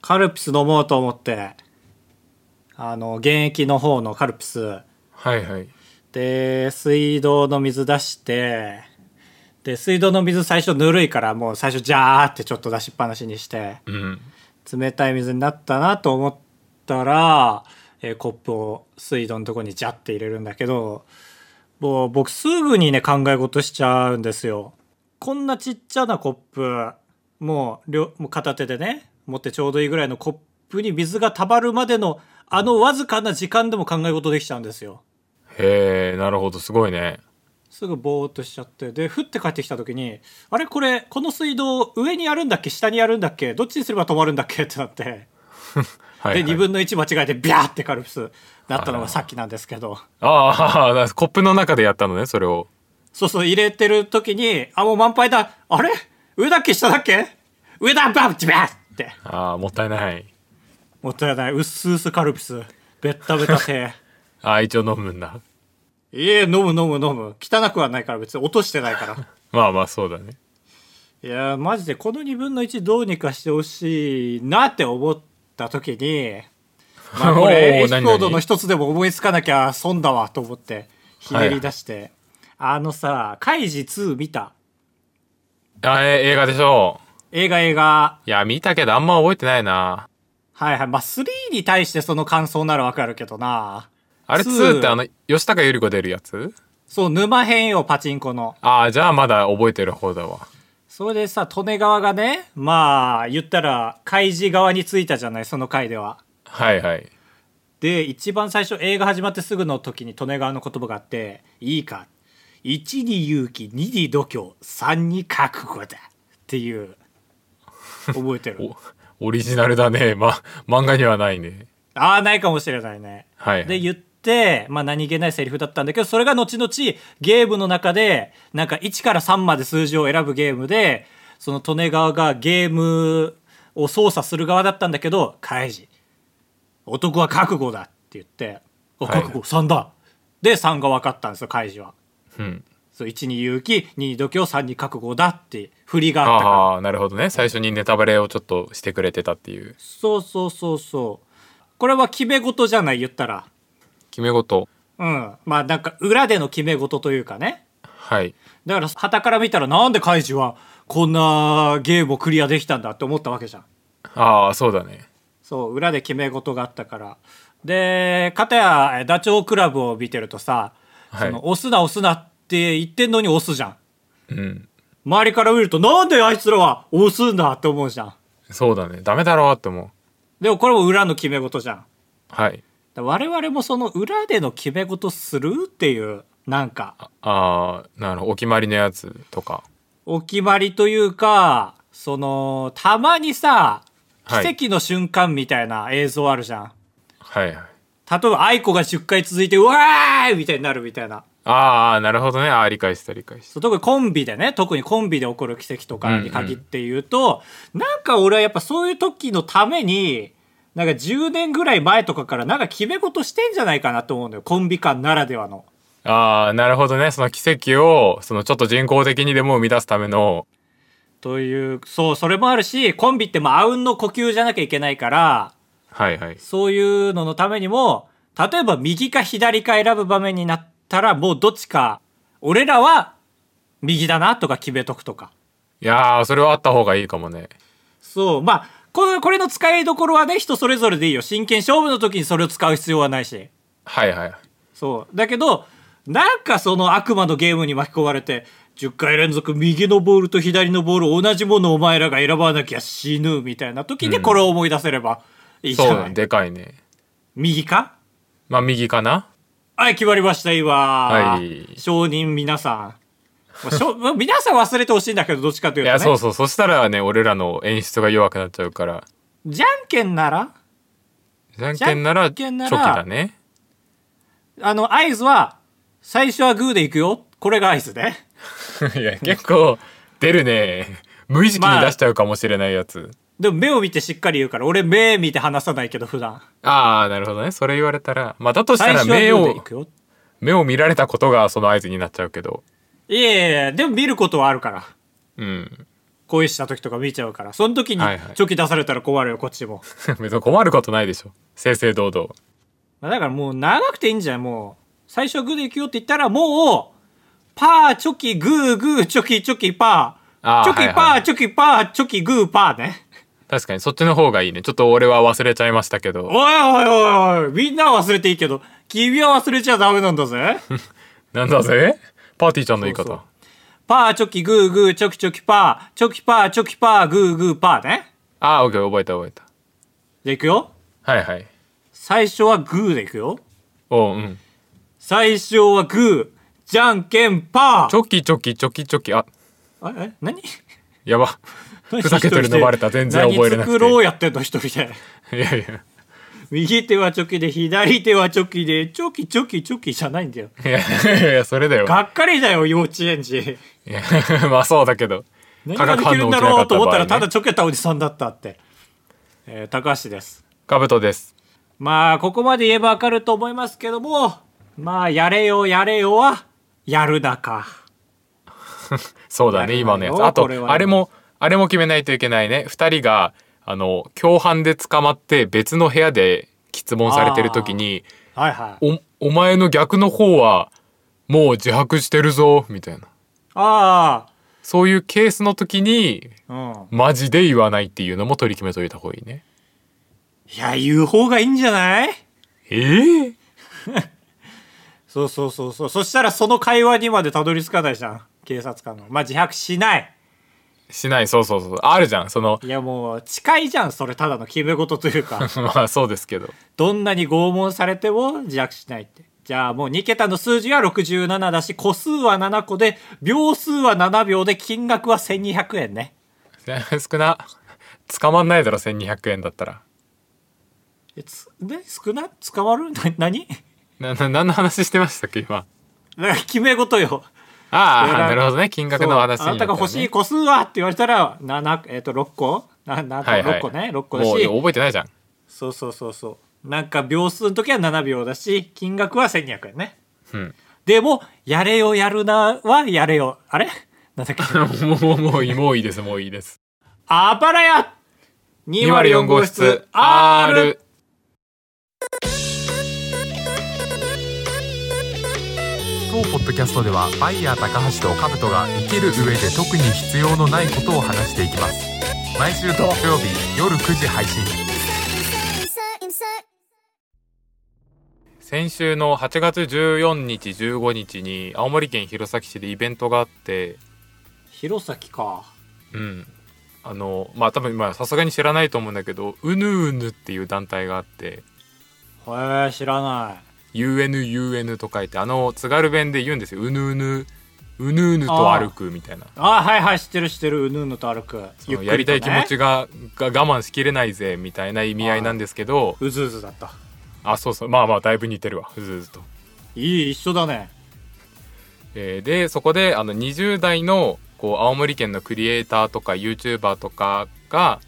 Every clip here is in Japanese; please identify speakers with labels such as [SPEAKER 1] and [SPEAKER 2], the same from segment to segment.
[SPEAKER 1] カルピス飲もうと思ってあの現役の方のカルピス
[SPEAKER 2] はいはい
[SPEAKER 1] で水道の水出してで水道の水最初ぬるいからもう最初ジャーってちょっと出しっぱなしにして
[SPEAKER 2] うん
[SPEAKER 1] 冷たい水になったなと思ったら、えーコップを水道のとこにジャッて入れるんだけどもう僕すぐにね考え事しちゃうんですよ。こんなちっちゃなコップもう両もう片手でね持ってちょうどいいぐらいのコップに水がたまるまでのあのわずかな時間でも考え事できちゃうんですよ。
[SPEAKER 2] へえなるほどすごいね
[SPEAKER 1] すぐぼーっとしちゃってでふって帰ってきた時にあれこれこの水道上にやるんだっけ下にやるんだっけどっちにすれば止まるんだっけってなって
[SPEAKER 2] はい、は
[SPEAKER 1] で
[SPEAKER 2] い、
[SPEAKER 1] 2分の1間違えてビャーってカルピスなったのがさっきなんですけど
[SPEAKER 2] ああコップの中でやったのねそれを
[SPEAKER 1] そうそう入れてる時にあもう満杯だあれ上だっけ下だっけ上だバッチバッって
[SPEAKER 2] ああもったいない
[SPEAKER 1] もったいないうっすうすカルピスベッタベタ て
[SPEAKER 2] ああ一応飲むんだ
[SPEAKER 1] いえ飲む飲む飲む汚くはないから別に落としてないから
[SPEAKER 2] まあまあそうだね
[SPEAKER 1] いやーマジでこの2分の1どうにかしてほしいなって思った時に、 まあ、これエピ
[SPEAKER 2] おー
[SPEAKER 1] ソ
[SPEAKER 2] 何
[SPEAKER 1] ードの一つでも思いつかなきゃ損だわと思ってひねり出して、あのさ「カイジ2」見た
[SPEAKER 2] あえ映画でしょ
[SPEAKER 1] 映画映画
[SPEAKER 2] いや見たけどあんま覚えてないな
[SPEAKER 1] はいはいまあ3に対してその感想ならわかるけどな
[SPEAKER 2] あれ
[SPEAKER 1] ツー
[SPEAKER 2] 2ってあの吉高由里子出るやつ
[SPEAKER 1] そう沼編よパチンコの
[SPEAKER 2] ああじゃあまだ覚えてる方だわ
[SPEAKER 1] それでさ利根川がねまあ言ったらカイジ側についたじゃないその回では
[SPEAKER 2] はいはい
[SPEAKER 1] で一番最初映画始まってすぐの時に利根川の言葉があって「いいか1に勇気2に度胸3に覚悟だ」っていう覚えてる
[SPEAKER 2] おオリジナルだねま漫画にはないね
[SPEAKER 1] ああないかもしれないね
[SPEAKER 2] はいは
[SPEAKER 1] で
[SPEAKER 2] い
[SPEAKER 1] 言って、まあ、何気ないセリフだったんだけどそれが後々ゲームの中でなんか1から3まで数字を選ぶゲームでその利根川がゲームを操作する側だったんだけど「カイジ男は覚悟だ」って言って「あ
[SPEAKER 2] はい
[SPEAKER 1] 覚悟3だ」で3が分かったんですよカイジは。
[SPEAKER 2] うん
[SPEAKER 1] そう1に勇気2に度胸3に覚悟だって振りがあったから
[SPEAKER 2] ああなるほどね最初にネタバレをちょっとしてくれてたっていう
[SPEAKER 1] そうそうそうそうこれは決め事じゃない言ったら
[SPEAKER 2] 決め事
[SPEAKER 1] うんまあなんか裏での決め事というかね
[SPEAKER 2] はい
[SPEAKER 1] だから傍から見たらなんでカイジはこんなゲームをクリアできたんだって思ったわけじゃん
[SPEAKER 2] ああそうだね
[SPEAKER 1] そう裏で決め事があったからで片やえダチョウ倶楽部を見てるとさ、
[SPEAKER 2] はい
[SPEAKER 1] その押すな押すなって言ってんのに押すじゃん
[SPEAKER 2] うん
[SPEAKER 1] 周りから見るとなんであいつらは押すんだって思うじゃん
[SPEAKER 2] そうだねダメだろうって思う
[SPEAKER 1] でもこれも裏の決め事じゃん
[SPEAKER 2] はい
[SPEAKER 1] だ我々もその裏での決め事するっていうなんか
[SPEAKER 2] ああなるほどお決まりのやつとか
[SPEAKER 1] お決まりというかそのたまにさ
[SPEAKER 2] はい
[SPEAKER 1] 奇跡の瞬間みたいな映像あるじゃん、
[SPEAKER 2] はいはい
[SPEAKER 1] 例えば愛子が10回続いてうわーいみたいになるみたいな
[SPEAKER 2] ああなるほどねああ理解した理解し
[SPEAKER 1] そ
[SPEAKER 2] た
[SPEAKER 1] う特にコンビでね特にコンビで起こる奇跡とかに限って言うと、なんか俺はやっぱそういう時のためになんか10年ぐらい前とかからなんか決め事してんじゃないかなと思うのよコンビ間ならではの。
[SPEAKER 2] ああなるほどねその奇跡をそのちょっと人工的にでも生み出すための
[SPEAKER 1] というそうそれもあるしコンビってまああうんの呼吸じゃなきゃいけないから
[SPEAKER 2] はいはい
[SPEAKER 1] そういうののためにも例えば右か左か選ぶ場面になったらもうどっちか俺らは右だなとか決めとくとか
[SPEAKER 2] いやーそれはあった方がいいかもね
[SPEAKER 1] そうまあこれこれの使いどころはね人それぞれでいいよ真剣勝負の時にそれを使う必要はないし
[SPEAKER 2] はいはい
[SPEAKER 1] そうだけどなんかその悪魔のゲームに巻き込まれて10回連続右のボールと左のボールを同じものをお前らが選ばなきゃ死ぬみたいな時でこれを思い出せればいいじゃ
[SPEAKER 2] そ
[SPEAKER 1] な
[SPEAKER 2] うだ
[SPEAKER 1] い、
[SPEAKER 2] ねでかいね
[SPEAKER 1] 右か
[SPEAKER 2] まあ右かな
[SPEAKER 1] はい、決まりました、今。
[SPEAKER 2] はい
[SPEAKER 1] 承認皆さん。まあしょ まあ皆さん忘れてほしいんだけど、どっちかとい
[SPEAKER 2] いう
[SPEAKER 1] と、ね。
[SPEAKER 2] やそうそうそしたらね俺らの演出が弱くなっちゃうから
[SPEAKER 1] じゃんけんなら、
[SPEAKER 2] じゃんけんならチ
[SPEAKER 1] じゃんけんな
[SPEAKER 2] ョ
[SPEAKER 1] ら
[SPEAKER 2] キだね
[SPEAKER 1] あの、合図は、最初はグーでいくよ。これが合図ね。
[SPEAKER 2] いや結構出るね 無意識に出しちゃうかもしれないやつ、
[SPEAKER 1] でも目を見てしっかり言うから、俺目見て話さないけど、普段。
[SPEAKER 2] ああーなるほどねそれ言われたらまあだとした
[SPEAKER 1] 最
[SPEAKER 2] ら
[SPEAKER 1] 初はグ
[SPEAKER 2] 目
[SPEAKER 1] ーでい
[SPEAKER 2] を
[SPEAKER 1] くよ。
[SPEAKER 2] 目を見られたことがその合図になっちゃうけど
[SPEAKER 1] いやいやいや、でも見ることはあるから。
[SPEAKER 2] うん
[SPEAKER 1] 恋した時とか見ちゃうからその時に
[SPEAKER 2] はいはい
[SPEAKER 1] チョキ出されたら困るよこっちも、
[SPEAKER 2] 別に困ることないでしょ正々堂々
[SPEAKER 1] まあだからもう長くていいんじゃんもう最初はグーで行くよって言ったらもうパーチョキグーグーチョキチョキパー
[SPEAKER 2] あー
[SPEAKER 1] チョキパー、
[SPEAKER 2] はいはい
[SPEAKER 1] チョキパーチョキグーパーね
[SPEAKER 2] 確かにそっちの方がいいねちょっと俺は忘れちゃいましたけど
[SPEAKER 1] おいおいおいおいみんなは忘れていいけど君は忘れちゃダメなんだ ぜ
[SPEAKER 2] なんだぜパーティーちゃんの言い方
[SPEAKER 1] そうパーチョキグーグーチョキチョキパーチョキパーチョキパーグーグーパーね
[SPEAKER 2] ああオッケー覚えた覚えた
[SPEAKER 1] じゃあいくよ
[SPEAKER 2] はいはい
[SPEAKER 1] 最初はグーでいくよ
[SPEAKER 2] おううん
[SPEAKER 1] 最初はグーじゃんけんパ
[SPEAKER 2] チ
[SPEAKER 1] ー
[SPEAKER 2] ョキチョキチョキチョキあ
[SPEAKER 1] ええ何
[SPEAKER 2] やばふざけてるのバレた全然覚えれな
[SPEAKER 1] 何
[SPEAKER 2] くて
[SPEAKER 1] 作ろうやってんの一人で
[SPEAKER 2] いやいや
[SPEAKER 1] 右手はチョキで左手はチョキでチョキチョキチョキじゃないんだよ
[SPEAKER 2] いやいやいやそれだよ
[SPEAKER 1] がっかりだよ幼稚園児
[SPEAKER 2] いや まあそうだけど
[SPEAKER 1] 何
[SPEAKER 2] 化
[SPEAKER 1] が
[SPEAKER 2] 学
[SPEAKER 1] でき
[SPEAKER 2] 反
[SPEAKER 1] る
[SPEAKER 2] 応
[SPEAKER 1] ん
[SPEAKER 2] 起
[SPEAKER 1] だ
[SPEAKER 2] きなか
[SPEAKER 1] ろ
[SPEAKER 2] っ
[SPEAKER 1] うと
[SPEAKER 2] た
[SPEAKER 1] 思っ
[SPEAKER 2] 場
[SPEAKER 1] た
[SPEAKER 2] 合
[SPEAKER 1] らただ
[SPEAKER 2] ね
[SPEAKER 1] チョケたおじさんだったって、えー高橋です
[SPEAKER 2] カブトです
[SPEAKER 1] まあここまで言えばわかると思いますけどもまあやれよやれよはやるだか
[SPEAKER 2] そうだ
[SPEAKER 1] や
[SPEAKER 2] ね
[SPEAKER 1] るわよ
[SPEAKER 2] 今のやつあと
[SPEAKER 1] これはね
[SPEAKER 2] あれもあれも決めないといけないね二人があの共犯で捕まって別の部屋で質問されてる時に
[SPEAKER 1] はいはい
[SPEAKER 2] おお前の逆の方はもう自白してるぞみたいな
[SPEAKER 1] あ
[SPEAKER 2] そういうケースの時に
[SPEAKER 1] あうん
[SPEAKER 2] マジで言わないっていうのも取り決めといた方がいいね
[SPEAKER 1] いや言う方がいいんじゃない
[SPEAKER 2] えー、
[SPEAKER 1] そうそうそうそうそしたらその会話にまでたどり着かないじゃん警察官のまあ自白しない
[SPEAKER 2] しないそうそうそうあるじゃんその
[SPEAKER 1] いやもう近いじゃんそれただの決め事というか
[SPEAKER 2] まあそうですけど
[SPEAKER 1] どんなに拷問されても自白しないってじゃあもう2桁の数字は67だし個数は7個で秒数は7秒で金額は1200円ね
[SPEAKER 2] 少な捕まんないだろ1200円だったら
[SPEAKER 1] えつね少な捕まる な何
[SPEAKER 2] なな何の話してましたっけ今
[SPEAKER 1] だから決め事よそれ
[SPEAKER 2] あ
[SPEAKER 1] が
[SPEAKER 2] あなるほどね金額
[SPEAKER 1] そう
[SPEAKER 2] の話に
[SPEAKER 1] あなたが欲しい個数はって言われたら7、えっと6個なな
[SPEAKER 2] はいは
[SPEAKER 1] 6
[SPEAKER 2] い
[SPEAKER 1] 個ね6個だし
[SPEAKER 2] もう覚えてないじゃん
[SPEAKER 1] そうそうそうそうなんか秒数の時は7秒だし金額は1200円ね
[SPEAKER 2] うん
[SPEAKER 1] でもやれよやるなはやれよあれ なんだっけ
[SPEAKER 2] もうもういいもういいですもういいです
[SPEAKER 1] あばらや
[SPEAKER 2] 204号室 R 当ポッドキャストではバイヤー高橋とカブトが生きる上で特に必要のないことを話していきます毎週土曜日夜9時配信
[SPEAKER 3] insert, insert.
[SPEAKER 2] 先週の8月14日15日に青森県弘前市でイベントがあって
[SPEAKER 1] 弘前か
[SPEAKER 2] うんあのまあ多分今さすがに知らないと思うんだけどうぬうぬっていう団体があって
[SPEAKER 1] へえ知らない
[SPEAKER 2] UNUN と書いてあの津軽弁で言うんですようぬうぬうぬうぬと歩くみたいな
[SPEAKER 1] あはいはい知ってる知ってるうぬうぬと歩くゆっくりと、ね、
[SPEAKER 2] やりたい気持ちがが我慢しきれないぜみたいな意味合いなんですけど
[SPEAKER 1] うずうずだった
[SPEAKER 2] あそうそうまあまあだいぶ似てるわうずうずと、
[SPEAKER 1] いい一緒だね
[SPEAKER 2] えーでそこであの20代のこう青森県のクリエイターとか YouTuber とかが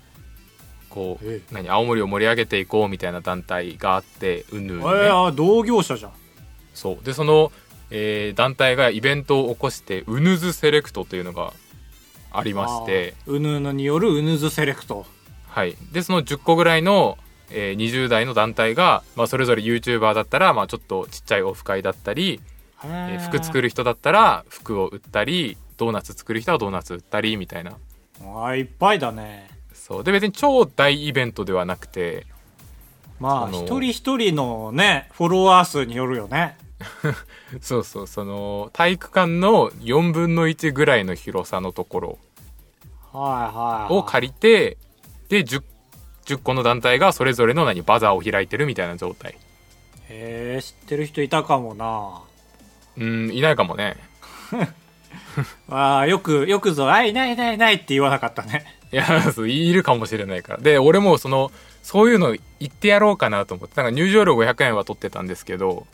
[SPEAKER 2] こう、
[SPEAKER 1] ええ
[SPEAKER 2] 何青森を盛り上げていこうみたいな団体があってうんぬん、
[SPEAKER 1] え
[SPEAKER 2] ね
[SPEAKER 1] ー、あ同業者じゃん
[SPEAKER 2] そうでその、えー団体がイベントを起こしてうぬずセレクトというのがありまして
[SPEAKER 1] あーうぬうぬによるうぬずセレクト
[SPEAKER 2] はい、でその10個ぐらいの、えー20代の団体が、まあ、それぞれ YouTuber だったら、まあ、ちょっとちっちゃいオフ会だったり、
[SPEAKER 1] へ
[SPEAKER 2] え
[SPEAKER 1] ー
[SPEAKER 2] ー服作る人だったら服を売ったりドーナツ作る人はドーナツ売ったりみたいな
[SPEAKER 1] あーいっぱいだね
[SPEAKER 2] そうで別に超大イベントではなくて
[SPEAKER 1] まあ
[SPEAKER 2] あの
[SPEAKER 1] 一人一人のねフォロワー数によるよね
[SPEAKER 2] そうそうその体育館の4分の1ぐらいの広さのところ
[SPEAKER 1] はいはい、はい、
[SPEAKER 2] を借りてで 10, 10個の団体がそれぞれの何バザーを開いてるみたいな状態
[SPEAKER 1] へえ知ってる人いたかもな
[SPEAKER 2] うんいないかもね
[SPEAKER 1] あーよくよくぞ「あいないいないいない」って言わなかったね
[SPEAKER 2] いやそういるかもしれないからで俺もそのそういうの言ってやろうかなと思ってなんか入場料500円は取ってたんですけど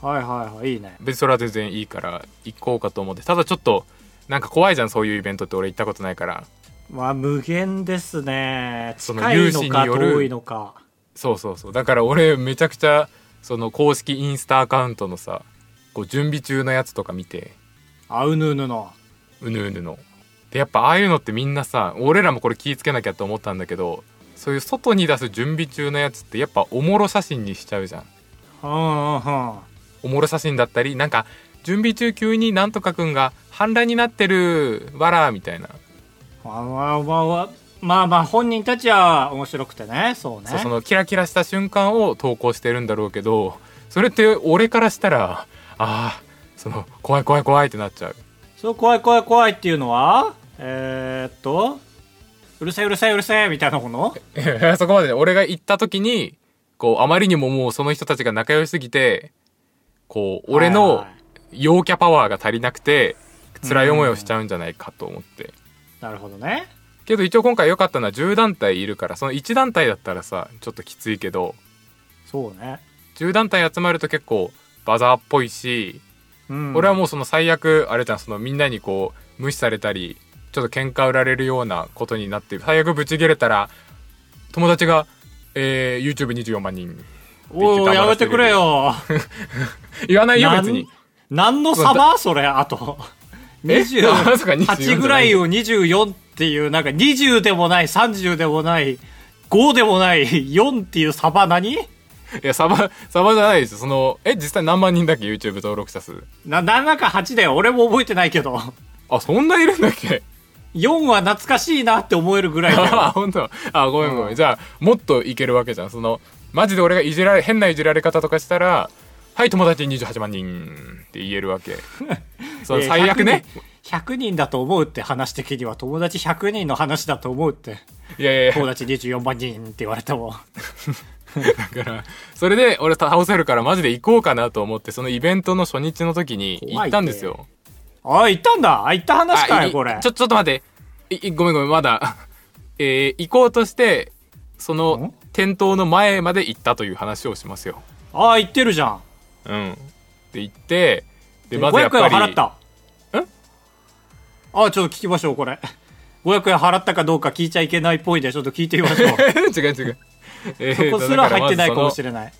[SPEAKER 1] はいはいはいいいね
[SPEAKER 2] 別にそれは全然いいから行こうかと思ってただちょっとなんか怖いじゃんそういうイベントって俺行ったことないから
[SPEAKER 1] まあ無限ですね
[SPEAKER 2] その
[SPEAKER 1] 近いの
[SPEAKER 2] 有志
[SPEAKER 1] か
[SPEAKER 2] による
[SPEAKER 1] 遠いのか
[SPEAKER 2] そうそうそうだから俺めちゃくちゃその公式インスタアカウントのさこう準備中のやつとか見て
[SPEAKER 1] あうぬうぬの
[SPEAKER 2] うぬうぬのでやっぱああいうのってみんなさ俺らもこれ気ぃつけなきゃと思ったんだけどそういう外に出す準備中のやつってやっぱおもろ写真にしちゃうじゃん
[SPEAKER 1] うんうんうん
[SPEAKER 2] おもろ写真だったりなんか準備中急になんとかくんが反乱になってるわらみたいな、
[SPEAKER 1] わわわわまあまあ本人たちは面白くてねそうね
[SPEAKER 2] そうそのキラキラした瞬間を投稿してるんだろうけどそれって俺からしたらあーその怖い怖い怖いってなっちゃう
[SPEAKER 1] そう怖い怖い怖いっていうのはえー、っとうるせえうるせえうるせえみたいなもの
[SPEAKER 2] いや そこまでね俺が行った時にこうあまりにももうその人たちが仲良しすぎてこう俺
[SPEAKER 1] はいは
[SPEAKER 2] の
[SPEAKER 1] い
[SPEAKER 2] 陽キャパワーが足りなくて辛い思いをしちゃうんじゃないかと思って
[SPEAKER 1] なるほどね
[SPEAKER 2] けど一応今回良かったのは10団体いるからその1団体だったらさちょっときついけど
[SPEAKER 1] そうね
[SPEAKER 2] 10団体集まると結構バザーっぽいし
[SPEAKER 1] うん
[SPEAKER 2] 俺はもうその最悪あれじゃんそのみんなにこう無視されたりちょっと喧嘩売られるようなことになって最悪ブチ切れたら友達が、えー、YouTube24 万人
[SPEAKER 1] おおやめてくれよ
[SPEAKER 2] 言わないよ
[SPEAKER 1] なん
[SPEAKER 2] 別に
[SPEAKER 1] 何の差だそれあと
[SPEAKER 2] えまさか24
[SPEAKER 1] 28ぐらいを24っていうなんか20でもない30でもない5でもない4っていう差は何
[SPEAKER 2] いやサバサバじゃないですよそのえ実際何万人だっけ YouTube 登録者数
[SPEAKER 1] な何らか8だよ俺も覚えてないけど
[SPEAKER 2] あそんないるんだっけ
[SPEAKER 1] 4は懐かしいなって思えるぐらいだよ
[SPEAKER 2] あ本当あごめんごめん、じゃあもっといけるわけじゃんそのマジで俺がいじられ変ないじられ方とかしたらはい友達28万人って言えるわ け その
[SPEAKER 1] えー
[SPEAKER 2] 最悪ね
[SPEAKER 1] 100人 ,100 人だと思うって話的には友達100人の話だと思うって
[SPEAKER 2] いやいやいや
[SPEAKER 1] 友達24万人って言われても
[SPEAKER 2] だから、それで俺倒せるからマジで行こうかなと思って、そのイベントの初日の時に行ったんですよ。
[SPEAKER 1] ああ行ったんだあ行った話か
[SPEAKER 2] あ
[SPEAKER 1] よ
[SPEAKER 2] い
[SPEAKER 1] これ
[SPEAKER 2] ちょ、ちょっと待って。いいごめんごめん、まだ。 えー行こうとして、その
[SPEAKER 1] ん
[SPEAKER 2] 店頭の前まで行ったという話をしますよ。
[SPEAKER 1] ああ行ってるじゃん
[SPEAKER 2] うん。って言って、で、まずやっ
[SPEAKER 1] 500円
[SPEAKER 2] ぱ
[SPEAKER 1] は払
[SPEAKER 2] り。
[SPEAKER 1] った
[SPEAKER 2] ん
[SPEAKER 1] ああちょっと聞きましょうこれ500円払ったかどうか聞いちゃいけないっぽいんでちょっと聞いてみま しょう
[SPEAKER 2] 違う違う。え
[SPEAKER 1] そ
[SPEAKER 2] ー
[SPEAKER 1] こすら入ってないかもし
[SPEAKER 2] だからま
[SPEAKER 1] れな
[SPEAKER 2] ずその
[SPEAKER 1] い、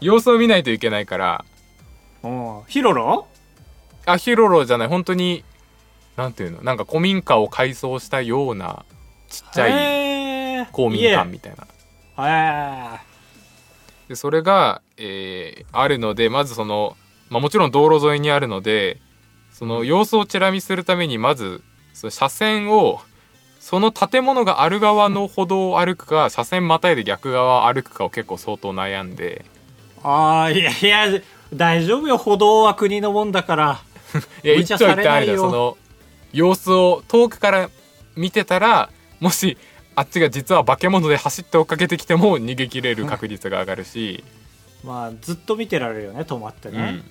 [SPEAKER 2] 様子を見ないといけないから、
[SPEAKER 1] うんヒロロ
[SPEAKER 2] あヒロロじゃない、本当に、なんていうの、なんか古民家を改装したような、ちっちゃい、
[SPEAKER 1] へー
[SPEAKER 2] 公民館みたいな。
[SPEAKER 1] 家へ
[SPEAKER 2] でそれが、えーあるのでまずその、まあ、もちろん道路沿いにあるのでその様子をチラ見するためにまずその車線をその建物がある側の歩道を歩くか車線またいで逆側を歩くかを結構相当悩んで
[SPEAKER 1] ああいやいや大丈夫よ歩道は国のもんだから
[SPEAKER 2] いや
[SPEAKER 1] 無
[SPEAKER 2] 一
[SPEAKER 1] 茶
[SPEAKER 2] 長
[SPEAKER 1] さ
[SPEAKER 2] 一
[SPEAKER 1] れ
[SPEAKER 2] 短あ
[SPEAKER 1] な
[SPEAKER 2] る
[SPEAKER 1] い
[SPEAKER 2] じゃん
[SPEAKER 1] よ
[SPEAKER 2] その様子を遠くから見てたらもしあっちが実は化け物で走って追っかけてきても逃げ切れる確率が上がるし。
[SPEAKER 1] まあずっと見てられるよね止まってね、
[SPEAKER 2] うん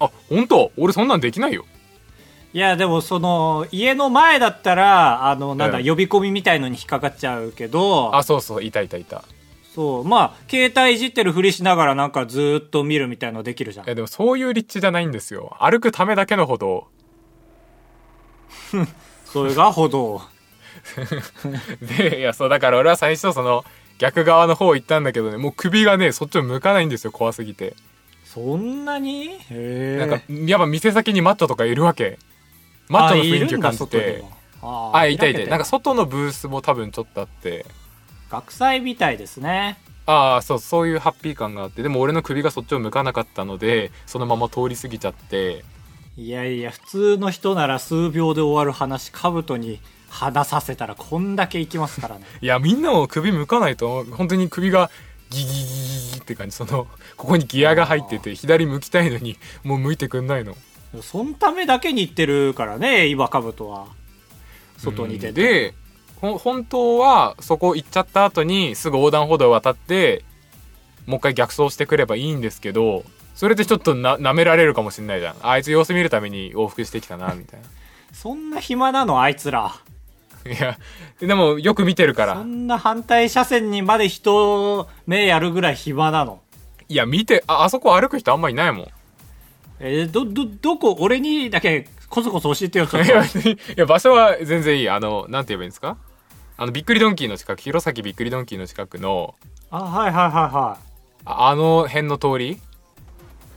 [SPEAKER 2] あ本当俺そんなんできないよ
[SPEAKER 1] いやでもその家の前だったらあのなんだ、
[SPEAKER 2] うん
[SPEAKER 1] 呼び込みみたいのに引っかかっちゃうけど
[SPEAKER 2] あそうそういたいたいた
[SPEAKER 1] そうまあ携帯いじってるふりしながらなんかずーっと見るみたいのできるじゃん
[SPEAKER 2] いやでもそういう立地じゃないんですよ歩くためだけの歩道
[SPEAKER 1] それが歩道
[SPEAKER 2] でいやそうだから俺は最初その逆側の方行ったんだけどねもう首がねそっちを向かないんですよ怖すぎて、
[SPEAKER 1] そんなにへえ
[SPEAKER 2] なんかやっぱ店先にマッチョとかいるわけマッチョの雰囲気を感じて
[SPEAKER 1] あ
[SPEAKER 2] あいたいたいたな
[SPEAKER 1] か
[SPEAKER 2] んか外のブースも多分ちょっとあって
[SPEAKER 1] 学祭みたいですね
[SPEAKER 2] ああそうそういうハッピー感があってでも俺の首がそっちを向かなかったのでそのまま通り過ぎちゃって
[SPEAKER 1] いやいや普通の人なら数秒で終わる話兜に話させたらこんだけいきます からね
[SPEAKER 2] いやみんなも首向かないと本当に首がギギギギギって感じそのここにギアが入ってて左向きたいのにもう向いてくんないの
[SPEAKER 1] そのためだけに行ってるからね今兜は外に出
[SPEAKER 2] うん
[SPEAKER 1] て
[SPEAKER 2] でほ本当はそこ行っちゃった後にすぐ横断歩道を渡ってもう一回逆走してくればいいんですけどそれでちょっとな舐められるかもしんないじゃんあいつ様子見るために往復してきたなみたいな
[SPEAKER 1] そんな暇なのあいつら
[SPEAKER 2] いやでもよく見てるか
[SPEAKER 1] そ
[SPEAKER 2] ら
[SPEAKER 1] んな反対車線にまで人を目やるぐらい暇なの
[SPEAKER 2] いや見てああそこ歩く人あんまいないもん
[SPEAKER 1] えーどどどこ俺にだけコソコソ教えてよちょっ
[SPEAKER 2] い
[SPEAKER 1] と
[SPEAKER 2] や別にいや場所は全然いいあのなんて言えばいいんですかあのびっくりドンキーの近く弘前びっくりドンキーの近くの
[SPEAKER 1] あはいはいはいはい
[SPEAKER 2] ああの辺の通り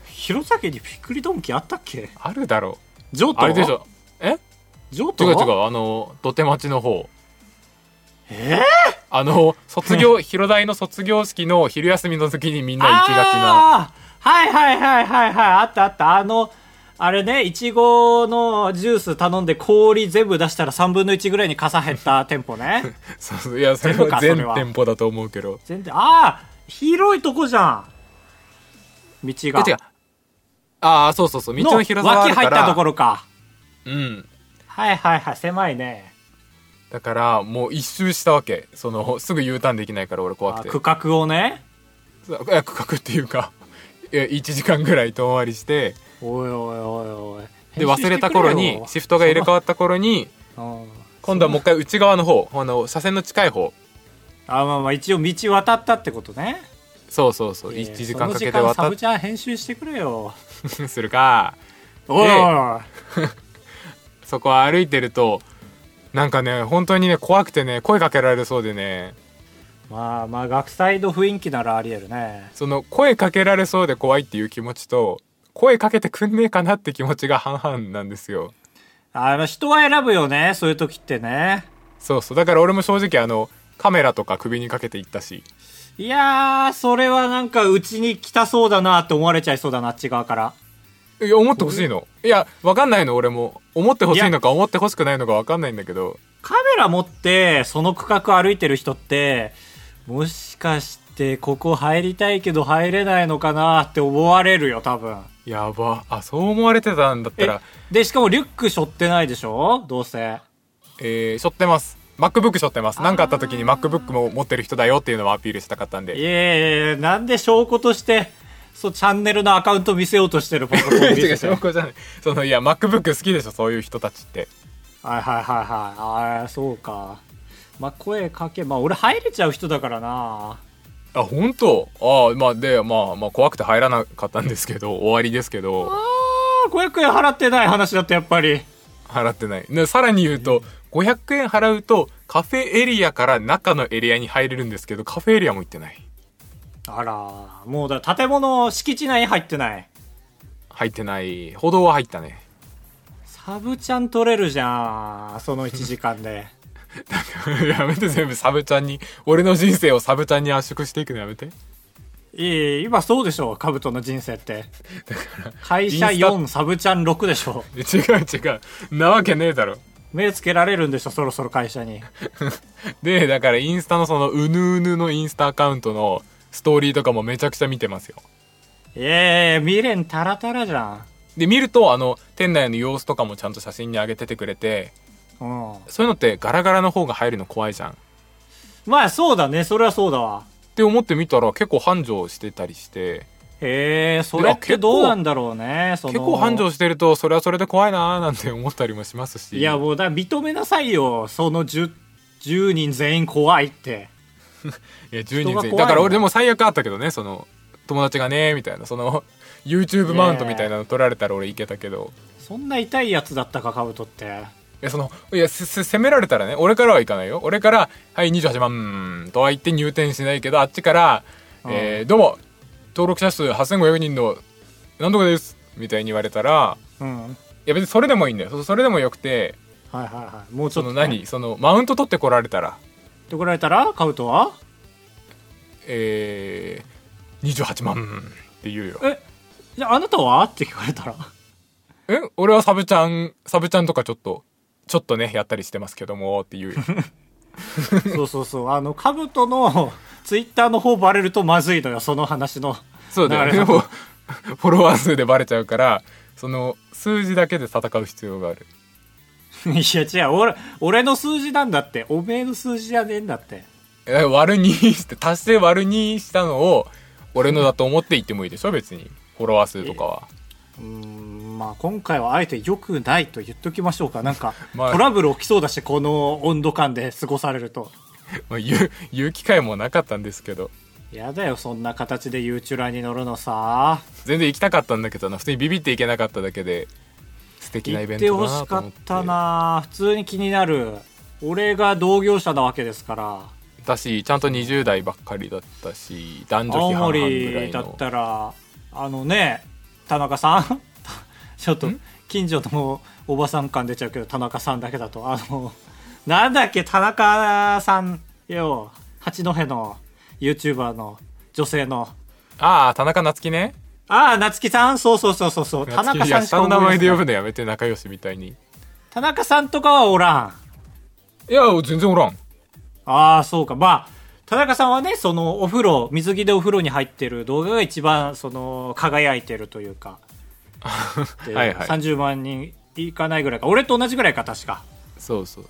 [SPEAKER 1] 弘前にびっくりドンキーあったっけ
[SPEAKER 2] あるだろ
[SPEAKER 1] ジョー
[SPEAKER 2] う
[SPEAKER 1] ト
[SPEAKER 2] あれでしょえ
[SPEAKER 1] 譲
[SPEAKER 2] 違
[SPEAKER 1] 渡
[SPEAKER 2] う違うあの土手町の方
[SPEAKER 1] え
[SPEAKER 2] あの 卒業広大の卒業式の昼休みの時にみんな行きがち
[SPEAKER 1] あ
[SPEAKER 2] な
[SPEAKER 1] ーはいはいはいはいはいあったあったあのあれねいちごのジュース頼んで氷全部出したら3分の1ぐらいにかさ減った店舗 ね
[SPEAKER 2] そうそういやそれ
[SPEAKER 1] 全部か
[SPEAKER 2] は全
[SPEAKER 1] それは
[SPEAKER 2] 店舗だと思うけど
[SPEAKER 1] 全然ああ広いとこじゃん道が
[SPEAKER 2] え違うああそうそうそう道の広さがあ
[SPEAKER 1] 脇
[SPEAKER 2] るか
[SPEAKER 1] 入
[SPEAKER 2] ら
[SPEAKER 1] ったところか
[SPEAKER 2] うん
[SPEAKER 1] はいはいはい狭いね
[SPEAKER 2] だからもう一周したわけそのすぐ U ターンできないから俺怖
[SPEAKER 1] あ
[SPEAKER 2] くて
[SPEAKER 1] 区画をね
[SPEAKER 2] そういや区画っていうか1時間ぐらい遠回りして
[SPEAKER 1] おいおいおいおい
[SPEAKER 2] で忘れた頃にシフトが入れ替
[SPEAKER 1] わ
[SPEAKER 2] わった頃に今度はもう一回内側の方あの車線の近い方
[SPEAKER 1] あまあまあ一応道渡ったってことね
[SPEAKER 2] そうそうそう
[SPEAKER 1] いや
[SPEAKER 2] 1時間かけて
[SPEAKER 1] その時間サ
[SPEAKER 2] 渡っ
[SPEAKER 1] ブちゃん編集してくれよ
[SPEAKER 2] てするか
[SPEAKER 1] おいおいおい
[SPEAKER 2] そこを歩いてるとなんかね本当にね怖くてね声かけられそうでね
[SPEAKER 1] まあまあ学祭の雰囲気ならありえるね
[SPEAKER 2] その声かけられそうで怖いっていう気持ちと声かけてくんねえかなって気持ちが半々なんですよ
[SPEAKER 1] あの人は選ぶよねそういう時ってね
[SPEAKER 2] そうそうだから俺も正直あのカメラとか首にかけていったし
[SPEAKER 1] いやーそれはなんかうちに来たそうだなって思われちゃいそうだなあっち側から
[SPEAKER 2] いや思ってほしいのいやわかんないの俺も思ってほしいのか思ってほしくないのかわかんないんだけど
[SPEAKER 1] カメラ持ってその区画歩いてる人ってもしかしてここ入りたいけど入れないのかなって思われるよ多分
[SPEAKER 2] やばあそう思われてたんだったら
[SPEAKER 1] でしかもリュック背負ってないでしょどうせ
[SPEAKER 2] えー、背負ってます MacBook 背負ってます何かあった時に MacBook も持ってる人だよっていうのをアピールしたかったん
[SPEAKER 1] い
[SPEAKER 2] で
[SPEAKER 1] えいえなんで証拠としてそうチャンネルのアカウント見せようとしてるパソコン見せて
[SPEAKER 2] 違う証拠じゃないそのいや MacBook 好きでしょそういう人たちって
[SPEAKER 1] はいはいはいはいああそうかまあ声かけまあ俺入れちゃう人だからな
[SPEAKER 2] あ本当ああまあでまあまあ怖くて入らなかったんですけど終わりですけど
[SPEAKER 1] あ500円払ってない話だったやっぱり
[SPEAKER 2] 払ってないでさらに言うと500円払うとカフェエリアから中のエリアに入れるんですけどカフェエリアも行ってない
[SPEAKER 1] あらもうだ建物敷地内に入ってない
[SPEAKER 2] 入ってない歩道は入ったね
[SPEAKER 1] サブちゃん取れるじゃんその1時間で
[SPEAKER 2] やめて全部サブちゃんに俺の人生をサブちゃんに圧縮していくのやめて
[SPEAKER 1] いい今そうでしょカブトの人生って会社
[SPEAKER 2] インスタ
[SPEAKER 1] 4サブちゃん6でしょ
[SPEAKER 2] 違う違うなわけねえだろ
[SPEAKER 1] 目つけられるんでしょそろそろ会社に
[SPEAKER 2] でだからインスタのそのうぬうぬのインスタアカウントのストーリーとかもめちゃくちゃ見てますよ
[SPEAKER 1] いえ未練タラタラじゃ
[SPEAKER 2] で見るとあの店内の様子とかもちゃんと写真に上げててくれて
[SPEAKER 1] んうん
[SPEAKER 2] そういうのってガラガラの方が入るの怖いじゃんっ
[SPEAKER 1] まあそうだねそれはそうだわ
[SPEAKER 2] て思ってみたら結構繁盛してたりして
[SPEAKER 1] へえそれってどうなんだろうねその
[SPEAKER 2] 結構繁盛してるとそれはそれで怖いなーなんて思ったりもしますし
[SPEAKER 1] いやもうだ認めなさいよその 10, 10人全員怖いって
[SPEAKER 2] いや10人全
[SPEAKER 1] 人が怖い
[SPEAKER 2] 員
[SPEAKER 1] の
[SPEAKER 2] だから俺でも最悪あったけどねその友達がねみたいなその YouTube マウントみたいなの取られたら俺いけたけど
[SPEAKER 1] そんな痛いやつだったかカブトって
[SPEAKER 2] いやそのいやせせ責められたらね俺からはいかないよ俺から「はい28万」とは言って入店しないけどあっちから「
[SPEAKER 1] うん
[SPEAKER 2] えーどうも登録者数8500人のなんとかです」みたいに言われたら
[SPEAKER 1] うんはい
[SPEAKER 2] いや別にそれでもいいんだよそそれでもよくて
[SPEAKER 1] はいはいもうちょ
[SPEAKER 2] そ
[SPEAKER 1] っ
[SPEAKER 2] の
[SPEAKER 1] と、
[SPEAKER 2] 何そのマウント取ってこられたら
[SPEAKER 1] ってこられたらカブトは
[SPEAKER 2] 「えー、28万」って言うよ。
[SPEAKER 1] えじゃああなたはって聞かれたら
[SPEAKER 2] え俺はサブちゃんサブちゃんとかちょっとちょっとねやったりしてますけどもっ ていう
[SPEAKER 1] そうそうそうあのカブトのツイッターの方バレるとまずいのよその話の
[SPEAKER 2] そうだよ
[SPEAKER 1] な
[SPEAKER 2] ね
[SPEAKER 1] るほど
[SPEAKER 2] もうフォロワー数でバレちゃうからその数字だけで戦う必要がある
[SPEAKER 1] いや違う俺俺の数字なんだっておめえの数字じゃねえんだって
[SPEAKER 2] え割る2して足して割る2したのを俺のだと思って言ってもいいでしょ別にフォロワー数とかは
[SPEAKER 1] うーんまあ今回はあえて良くないと言っときましょうかなんか、
[SPEAKER 2] まあ
[SPEAKER 1] トラブル起きそうだしこの温度感で過ごされると
[SPEAKER 2] まあ言う言う機会もなかったんですけど
[SPEAKER 1] やだよそんな形で y ーチュラに乗るのさ
[SPEAKER 2] 全然行きたかったんだけどな普通にビビって行けなかっただけで素敵なイ
[SPEAKER 1] 行
[SPEAKER 2] ベ
[SPEAKER 1] っ
[SPEAKER 2] ン
[SPEAKER 1] て
[SPEAKER 2] ト
[SPEAKER 1] ほ
[SPEAKER 2] だな
[SPEAKER 1] し
[SPEAKER 2] と
[SPEAKER 1] か
[SPEAKER 2] 思
[SPEAKER 1] っ
[SPEAKER 2] って
[SPEAKER 1] たな普通に気になる俺が同業者なわけですから
[SPEAKER 2] だしちゃんと20代ばっかりだったし男女
[SPEAKER 1] 青
[SPEAKER 2] 比半々ぐらい
[SPEAKER 1] 森
[SPEAKER 2] の
[SPEAKER 1] だったらあのね田中さん ちょっと近所のおばさん感出ちゃうけど田中さんだけだとあのなんだっけ田中さんよ八戸の YouTuber の女性の
[SPEAKER 2] ああ田中夏樹ね
[SPEAKER 1] ああ夏希さんそうそうそうそうそう田中
[SPEAKER 2] 夏樹い
[SPEAKER 1] さん
[SPEAKER 2] や
[SPEAKER 1] しか
[SPEAKER 2] 下の
[SPEAKER 1] 思い
[SPEAKER 2] 名前
[SPEAKER 1] 出
[SPEAKER 2] で
[SPEAKER 1] せ
[SPEAKER 2] 呼
[SPEAKER 1] ない
[SPEAKER 2] ぶのやめて仲良しみたいに
[SPEAKER 1] 田中さんとかはおらん
[SPEAKER 2] いや全然おらん
[SPEAKER 1] ああ、そうか。まあ、田中さんはね、そのお風呂、水着でお風呂に入ってる動画が一番、その、輝いてるというか。で
[SPEAKER 2] はいはい
[SPEAKER 1] 30万人いかないぐらいか。俺と同じぐらいか、確か。
[SPEAKER 2] そうそうそう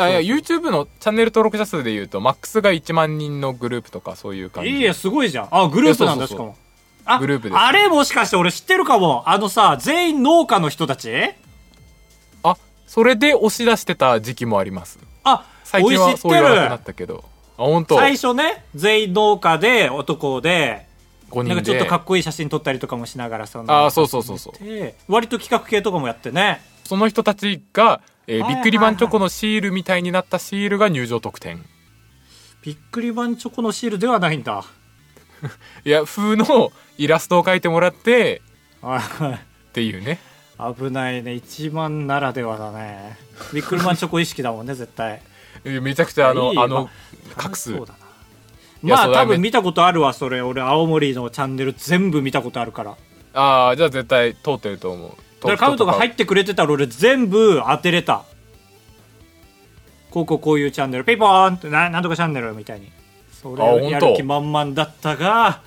[SPEAKER 2] あいや YouTube のチャンネル登録者数でいうとマックスが1万人のグループとかそういう感じ
[SPEAKER 1] いいや、すごいじゃん。あ、グループなん
[SPEAKER 2] い
[SPEAKER 1] だ、
[SPEAKER 2] や
[SPEAKER 1] し
[SPEAKER 2] そう
[SPEAKER 1] か
[SPEAKER 2] そうそう
[SPEAKER 1] も。あ、
[SPEAKER 2] グループです
[SPEAKER 1] あれもしかして俺知ってるかも。あのさ、全員農家の人たち
[SPEAKER 2] あそれで押し出してた時期もあります
[SPEAKER 1] あ、
[SPEAKER 2] 最近
[SPEAKER 1] 俺
[SPEAKER 2] は
[SPEAKER 1] 知
[SPEAKER 2] そ
[SPEAKER 1] っ
[SPEAKER 2] う
[SPEAKER 1] て
[SPEAKER 2] 言わなくな
[SPEAKER 1] る
[SPEAKER 2] っ。たけどあ本当
[SPEAKER 1] 最初ね、全員農家で、男で、
[SPEAKER 2] 5人で
[SPEAKER 1] なんかちょっとかっこいい写真撮ったりとかもしながら、その、
[SPEAKER 2] ああそうそうそうそう
[SPEAKER 1] で割と企画系とかもやってね。
[SPEAKER 2] その人たちが、
[SPEAKER 1] は
[SPEAKER 2] えー
[SPEAKER 1] いはいはい
[SPEAKER 2] ビックリマンチョコのシールみたいになったシールが入場特典
[SPEAKER 1] びっくりマンチョコのシールではないんだ。
[SPEAKER 2] いや風のイラストを描いてもらって
[SPEAKER 1] あ
[SPEAKER 2] っていうね
[SPEAKER 1] 危ないね。一番ならではだね。びっくりマンチョコ意識だもんね、絶対。
[SPEAKER 2] えーめちゃくちゃあの
[SPEAKER 1] いい
[SPEAKER 2] あ
[SPEAKER 1] ま
[SPEAKER 2] の
[SPEAKER 1] あ
[SPEAKER 2] 画数
[SPEAKER 1] そうだ
[SPEAKER 2] いや
[SPEAKER 1] な。ま
[SPEAKER 2] そ
[SPEAKER 1] あ
[SPEAKER 2] れは
[SPEAKER 1] 多
[SPEAKER 2] め
[SPEAKER 1] 分見たことあるわ、それ。俺、青森のチャンネル全部見たことあるから。
[SPEAKER 2] ああじゃあ絶対通ってると思う
[SPEAKER 1] だからカウントが入ってくれてたら俺全部当てれた。こうこうこういうチャンネル、ピンポーンってななんとかチャンネルみたいに。それを
[SPEAKER 2] あ
[SPEAKER 1] や
[SPEAKER 2] 本
[SPEAKER 1] る
[SPEAKER 2] 当
[SPEAKER 1] 気満々だったが、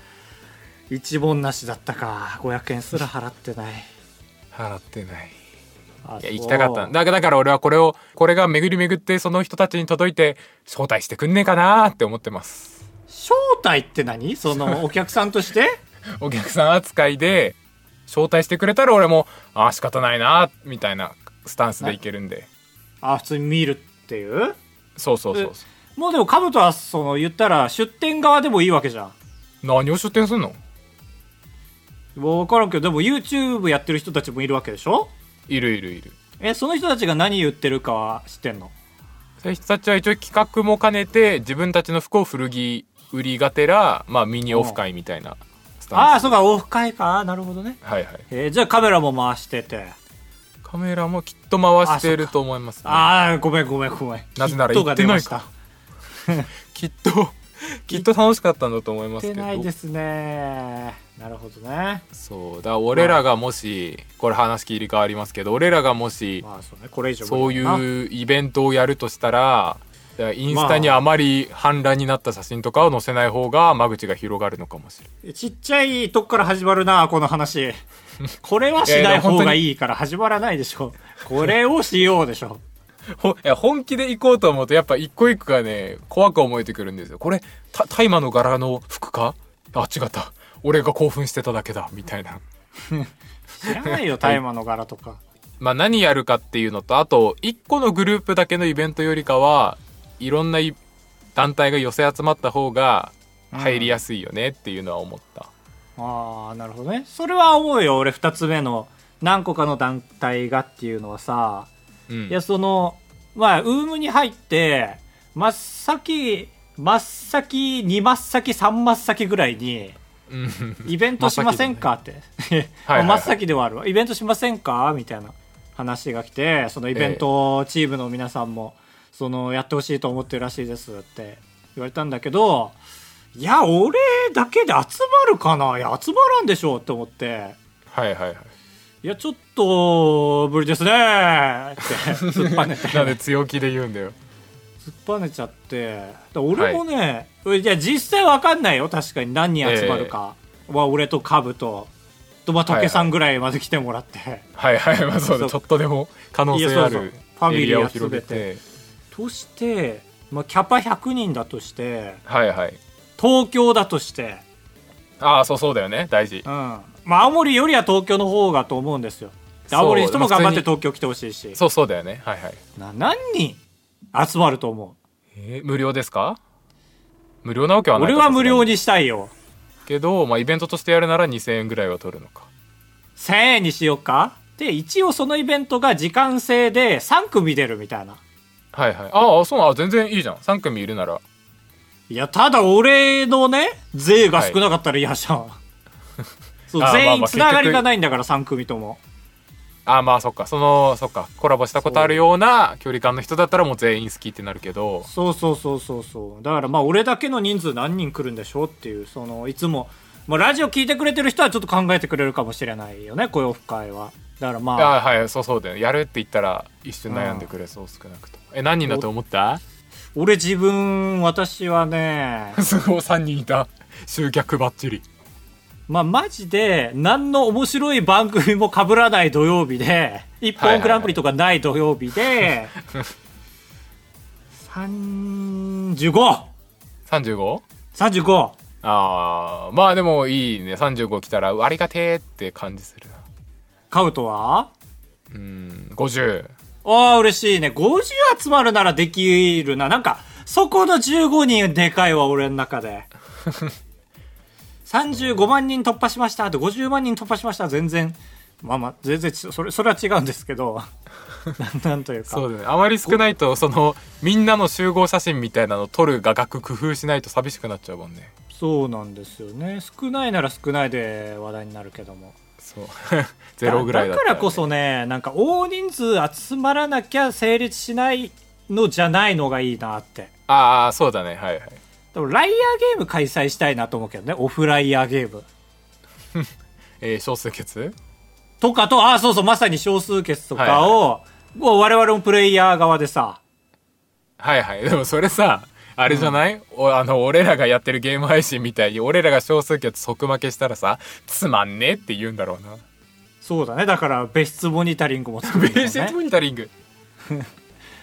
[SPEAKER 1] 一文なしだったか。500円すら払ってない。
[SPEAKER 2] 払ってない
[SPEAKER 1] あ
[SPEAKER 2] いや行きたかった
[SPEAKER 1] そう
[SPEAKER 2] だからだから俺はこれをこれが巡り巡ってその人たちに届いて招待してくんねえかなーって思ってます
[SPEAKER 1] 招待って何そのお客さんとして
[SPEAKER 2] お客さん扱いで招待してくれたら俺もああ仕方ないなーみたいなスタンスでいけるんで
[SPEAKER 1] あ普通に見るっていう
[SPEAKER 2] そうそうそうそ
[SPEAKER 1] もうでもカブトはその言ったら出店側でもいいわけじゃん
[SPEAKER 2] う何を出店すんの
[SPEAKER 1] 分からんけどでも YouTube やってる人たちもいるわけでしょ
[SPEAKER 2] いるいるいる
[SPEAKER 1] えその人たちが何言ってるかは知ってんの
[SPEAKER 2] そういう人たちは一応企画も兼ねて自分たちの服を古着売りがてら、まあ、ミニオフ会みたいなス
[SPEAKER 1] あ
[SPEAKER 2] タ
[SPEAKER 1] あ
[SPEAKER 2] ンス
[SPEAKER 1] そうかオフ会かなるほどね
[SPEAKER 2] はいはい
[SPEAKER 1] えーじゃあカメラも回してて
[SPEAKER 2] カメラもきっと回してると思います、ね、
[SPEAKER 1] ああごめんごめんごめん
[SPEAKER 2] なぜなら
[SPEAKER 1] ヒットが出ました
[SPEAKER 2] 行きっと きっと楽しかったんだと思います
[SPEAKER 1] 出
[SPEAKER 2] けど
[SPEAKER 1] ないですねなるほどね
[SPEAKER 2] そうだから俺らがもしこれ話切り替わりますけど俺らがもし
[SPEAKER 1] まあそうねこれ以上
[SPEAKER 2] そう
[SPEAKER 1] 無理だない
[SPEAKER 2] いうイベントをやるとしたらだからインスタにあまり氾濫になった写真とかを載せない方が間口が広がるのかもしれない
[SPEAKER 1] ちっちゃいとこから始まるな、この 話。これはしない方がいいから始まらないでし ょ。これをしようでしょ。
[SPEAKER 2] ほいや本気で行こうと思うとやっぱ一個一個がね怖く思えてくるんですよこれた大麻の柄の服かあ違った俺が興奮してただけだみたいな
[SPEAKER 1] 知らないよ、大麻の柄とか。
[SPEAKER 2] まあ何やるかっていうのとあと一個のグループだけのイベントよりかはいろんない団体が寄せ集まった方が入りやすいよねっていうのは思った、
[SPEAKER 1] ああ、なるほどね。それは思うよ、俺二つ目の。何個かの団体がっていうのはさ、
[SPEAKER 2] うん
[SPEAKER 1] いや、その、まあ、ウームに入って、真っ先、真っ先、二真っ先、三真っ先ぐらいに、
[SPEAKER 2] うん
[SPEAKER 1] イベントしませんかって。
[SPEAKER 2] はいはい
[SPEAKER 1] まあ真っ先ではあるわ。イベントしませんかみたいな話が来て、そのイベントチームの皆さんも、その、やってほしいと思ってるらしいですって言われたんだけど、いや、俺だけで集まるかないや、集まらんでしょうって思って、
[SPEAKER 2] はいはいはい
[SPEAKER 1] いや、ちょっと、無理ですねって、突っぱねて。
[SPEAKER 2] なんで強気で言うんだよ
[SPEAKER 1] 突っぱねちゃってだから俺もね、い、や実際わかんないよ確かに何人集まるかは、俺とカブととまあ
[SPEAKER 2] はいはい
[SPEAKER 1] 竹さんぐらいまで来てもらって、
[SPEAKER 2] はいはいまあそ
[SPEAKER 1] そ
[SPEAKER 2] う
[SPEAKER 1] う
[SPEAKER 2] だちょっとでも可能性あ
[SPEAKER 1] いやそう
[SPEAKER 2] る
[SPEAKER 1] そう
[SPEAKER 2] エリアを
[SPEAKER 1] ファミリー集
[SPEAKER 2] 広
[SPEAKER 1] め
[SPEAKER 2] げ
[SPEAKER 1] て
[SPEAKER 2] て
[SPEAKER 1] として、まあ、キャパ100人だとして
[SPEAKER 2] はいはい
[SPEAKER 1] 東京だとして
[SPEAKER 2] ああそうそうだよね大事
[SPEAKER 1] うんまあ青森よりは東京の方がと思うんですよで
[SPEAKER 2] そう
[SPEAKER 1] 青森の人も頑張って
[SPEAKER 2] ま
[SPEAKER 1] 東京来てほしいし、
[SPEAKER 2] そうそうだよねはいはい、
[SPEAKER 1] な何人集まると思う
[SPEAKER 2] えー無料ですか無料なわけはない
[SPEAKER 1] 俺
[SPEAKER 2] か
[SPEAKER 1] は無料
[SPEAKER 2] さ
[SPEAKER 1] にしたいよ
[SPEAKER 2] すがにけど、まあ、イベントとしてやるなら2000円ぐらいは取るのか
[SPEAKER 1] 1000円にしようかで一応そのイベントが時間制で3組出るみたいな
[SPEAKER 2] はいはいああそうなのあ全然いいじゃん3組いるなら
[SPEAKER 1] いや、ただ俺のね、税が少な かったら嫌じゃん。そう、
[SPEAKER 2] あーまあ
[SPEAKER 1] 全
[SPEAKER 2] ま
[SPEAKER 1] 員
[SPEAKER 2] あ
[SPEAKER 1] つながりがないんだから、3組とも。
[SPEAKER 2] あまあそっかそのそっかコラボしたことあるような距離感の人だったらもう全員好きってなるけど
[SPEAKER 1] そうそうそうそうそうだからまあ俺だけの人数何人来るんでしょうっていうそのいつも、まあ、ラジオ聞いてくれてる人はちょっと考えてくれるかもしれないよね雇用深いはだからまあ
[SPEAKER 2] あはいそうそうだよねやるって言ったら一緒に悩んでくれそう少なくともえ何人だと思った
[SPEAKER 1] 俺自分私はね
[SPEAKER 2] すごい3人いた集客ばっちり
[SPEAKER 1] まあマジで何の面白い番組も被らない土曜日で「一本グランプリ」とかない土曜日 で3535
[SPEAKER 2] 35? あーまあでもいいね35来たらありがてーって感じするな
[SPEAKER 1] カウトは
[SPEAKER 2] うん50
[SPEAKER 1] ああ、嬉しいね。50集まるならできるな。なんか、そこの15人でかいわ、俺の中 で。35万人突破しました。あと50万人突破しました。全然、まあまあ、全然ち、それ、それは違うんですけ ど。なんなんというか。
[SPEAKER 2] そうだねあまり少ないとそのみんなの集合写真みたいなの撮る画角工夫しないと寂しくなっちゃうもんね
[SPEAKER 1] そうなんですよね。少ないなら少ないで話題になるけども。
[SPEAKER 2] そう ゼロぐらいだ
[SPEAKER 1] だ
[SPEAKER 2] った
[SPEAKER 1] からこそね、なんか大人数集まらなきゃ成立しないのじゃないのがいいなって。
[SPEAKER 2] ああそうだねはいはい
[SPEAKER 1] でもライアーゲーム開催したいなと思うけどねオフライヤーゲーム
[SPEAKER 2] えー、少数決
[SPEAKER 1] とかとああそうそうまさに少数決とかを、もう我々もプレイヤー側でさ
[SPEAKER 2] はいはいでもそれさあれじゃない、おあの俺らがやってるゲーム配信みたいに俺らが少数決即負けしたらさつまんねえって言うんだろうな
[SPEAKER 1] そうだねだから別室モニタリングも作 る、ね、
[SPEAKER 2] ベーシックモニタリング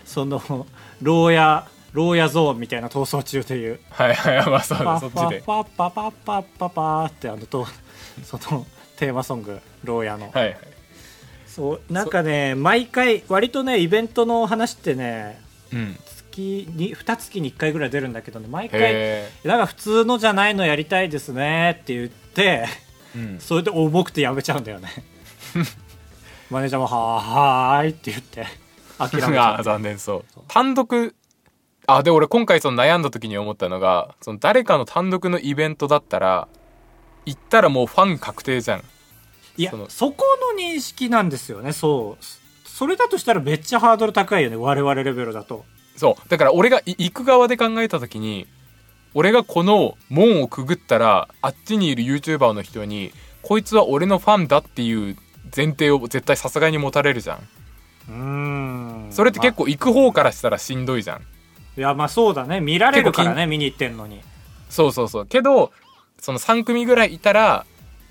[SPEAKER 1] その牢屋牢屋ゾーンみたいな逃走中という
[SPEAKER 2] はいはいま あそう
[SPEAKER 1] パ
[SPEAKER 2] だそ
[SPEAKER 1] ッ
[SPEAKER 2] っ
[SPEAKER 1] パ
[SPEAKER 2] ち
[SPEAKER 1] ッ
[SPEAKER 2] で
[SPEAKER 1] パッパッパッパッパッパーってあのとそのテーマソング牢屋の
[SPEAKER 2] はいはい
[SPEAKER 1] そうなんかね毎回割とねイベントの話ってね
[SPEAKER 2] うん
[SPEAKER 1] 月に2月に1回ぐらい出るんだけどね毎回
[SPEAKER 2] へ
[SPEAKER 1] なんか普通のじゃないのやりたいですねって言って
[SPEAKER 2] え、うん、
[SPEAKER 1] それで重くてやめちゃうんだよねマネージャーも「はーい」って言って諦めちゃ
[SPEAKER 2] あ
[SPEAKER 1] う
[SPEAKER 2] ー残念そう単独あで俺今回その悩んだ時に思ったのがその誰かの単独のイベントだったら行ったらもうファン確定じゃん
[SPEAKER 1] いや
[SPEAKER 2] その
[SPEAKER 1] そこの認識なんですよねそうそれだとしたらめっちゃハードル高いよね我々レベルだと
[SPEAKER 2] そうだから俺がい行く側で考えた時に俺がこの門をくぐったらあっちにいる YouTuber の人にこいつは俺のファンだっていう前提を絶対さすがに持たれるじゃん
[SPEAKER 1] うーん
[SPEAKER 2] それって結
[SPEAKER 1] ま
[SPEAKER 2] 構行く方からしたらしんどいじゃん
[SPEAKER 1] あいやまあそうだね見られるから
[SPEAKER 2] 結構
[SPEAKER 1] ね見に行ってんのに
[SPEAKER 2] そうそうそうけどその3組ぐらいいたら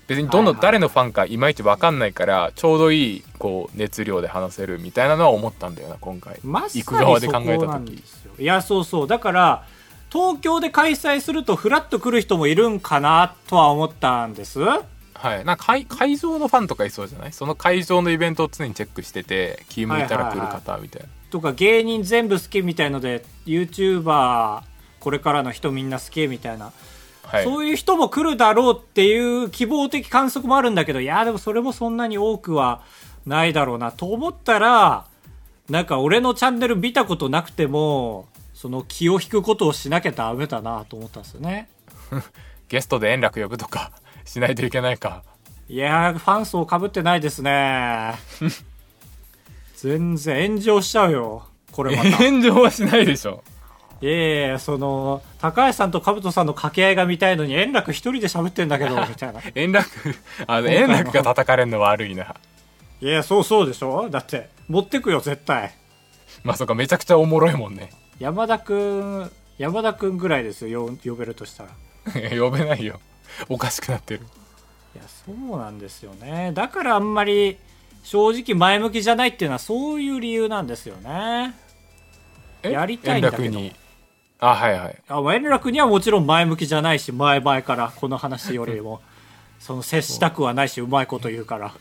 [SPEAKER 2] 別にど
[SPEAKER 1] はい
[SPEAKER 2] の
[SPEAKER 1] はい
[SPEAKER 2] 誰のファンかいまいち分かんないからちょうどいいこう熱量で話せるみたいなのは思ったんだよな今回
[SPEAKER 1] まさに
[SPEAKER 2] 行く側で考え
[SPEAKER 1] そこ
[SPEAKER 2] た
[SPEAKER 1] なん
[SPEAKER 2] 時
[SPEAKER 1] ですよいやそうそうだから東京で開催するとフラッと来る人もいるんかなとは思ったんです
[SPEAKER 2] はいなんか会会場のファンとかいそうじゃないその会場のイベントを常にチェックしてて気向いたら来る方みたいな、
[SPEAKER 1] とか芸人全部好きみたいので YouTuber これからの人みんな好きみたいな、
[SPEAKER 2] はい
[SPEAKER 1] そういう人も来るだろうっていう希望的観測もあるんだけどいやでもそれもそんなに多くはないだろうなと思ったらなんか俺のチャンネル見たことなくてもその気を引くことをしなきゃダメだなと思ったんですよね
[SPEAKER 2] ゲストで円楽呼ぶとか しないといけないか
[SPEAKER 1] いやーファン層かぶってないです ね全然炎上しちゃうよこれまた
[SPEAKER 2] 炎上はしないでしょ
[SPEAKER 1] いやいやその高橋さんと兜さんの掛け合いが見たいのに円楽一人で喋ってんだけどみたいない
[SPEAKER 2] 円楽あの
[SPEAKER 1] 回
[SPEAKER 2] 円
[SPEAKER 1] の
[SPEAKER 2] 楽が叩かれるの悪いな
[SPEAKER 1] やいやそうそうでしょだって持ってくよ絶対
[SPEAKER 2] まあそっかめちゃくちゃおもろいもんね
[SPEAKER 1] 山田くん山田くんぐらいですよよ呼べるとしたらい
[SPEAKER 2] 呼べないよおかしくなってる
[SPEAKER 1] やそうなんですよねだからあんまり正直前向きじゃないっていうのはそういう理由なんですよね
[SPEAKER 2] え
[SPEAKER 1] やりたいんだけど
[SPEAKER 2] 円楽にあはいはい
[SPEAKER 1] あ円楽にはもちろん前向きじゃないし前々からこの話よりも その接したくはないしうまいこと言うから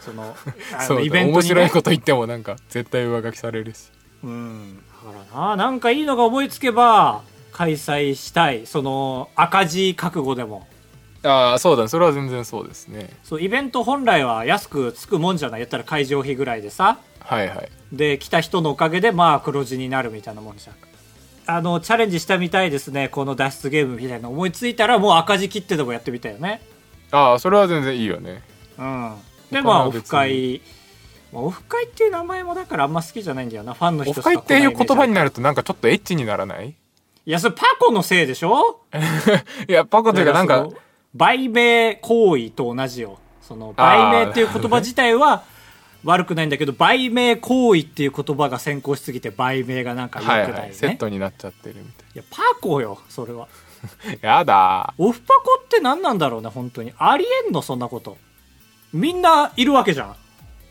[SPEAKER 1] その あ
[SPEAKER 2] そう
[SPEAKER 1] の
[SPEAKER 2] だ
[SPEAKER 1] イベントに、ね、
[SPEAKER 2] 面白いこと言ってもなんか絶対上書きされるし
[SPEAKER 1] うん、だからななんかいいのが思いつけば開催したいその赤字覚悟でも
[SPEAKER 2] ああそうだねそれは全然そうですね
[SPEAKER 1] そうイベント本来は安くつくもんじゃないやったら会場費ぐらいでさ
[SPEAKER 2] はいはい
[SPEAKER 1] で来た人のおかげでまあ黒字になるみたいなもんじゃんあのチャレンジしたみたいですねこの脱出ゲームみたいな思いついたらもう赤字切ってでもやってみたいよね
[SPEAKER 2] ああそれは全然いいよね
[SPEAKER 1] うんで
[SPEAKER 2] 他
[SPEAKER 1] まあ
[SPEAKER 2] は
[SPEAKER 1] オ
[SPEAKER 2] 別に
[SPEAKER 1] フ会まあオフ会っていう名前もだからあんま好きじゃないんだよなファンの人
[SPEAKER 2] オ
[SPEAKER 1] し
[SPEAKER 2] フ
[SPEAKER 1] か来
[SPEAKER 2] 会
[SPEAKER 1] な
[SPEAKER 2] っていう
[SPEAKER 1] イメージ
[SPEAKER 2] 言葉になるとなんかちょっとエッチにならない
[SPEAKER 1] いやそれパコのせいでしょ
[SPEAKER 2] いやパコというかなん
[SPEAKER 1] だら
[SPEAKER 2] か
[SPEAKER 1] その売名行為と同じよその売名っていう言葉自体は悪くないんだけど売名行為っていう言葉が先行しすぎて売名がなんか良く
[SPEAKER 2] は
[SPEAKER 1] ない
[SPEAKER 2] い
[SPEAKER 1] よね、
[SPEAKER 2] はい
[SPEAKER 1] い
[SPEAKER 2] セットになっちゃってるみた
[SPEAKER 1] やパコよそれはい
[SPEAKER 2] なやだ
[SPEAKER 1] オフパコって何なんだろうね本当にありえんのそんなことみんないるわけじゃん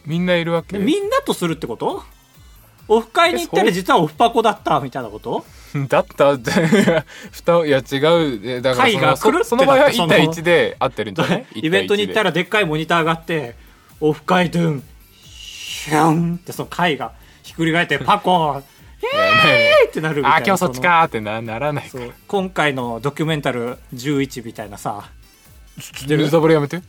[SPEAKER 2] みんないるわけ
[SPEAKER 1] でみんなとするってことオフ会に行ったら実はオフパコだったみたいなこと
[SPEAKER 2] だった って蓋をいや違うえだからそ
[SPEAKER 1] 会が
[SPEAKER 2] の
[SPEAKER 1] 来るって
[SPEAKER 2] そその場合
[SPEAKER 1] だっ
[SPEAKER 2] は
[SPEAKER 1] てその
[SPEAKER 2] 1対1で合って るんじゃない
[SPEAKER 1] イベントに行った
[SPEAKER 2] ら
[SPEAKER 1] らでっかいモニターがあってオフ会ドゥンシュンってその会がひっくり返 ってパコーンえーってなるみたいな
[SPEAKER 2] あ今日そっちかーってなならない
[SPEAKER 1] そ
[SPEAKER 2] か
[SPEAKER 1] の
[SPEAKER 2] ら
[SPEAKER 1] そう今回のドキュメンタル11みたいなさ
[SPEAKER 2] ルーザブルやめて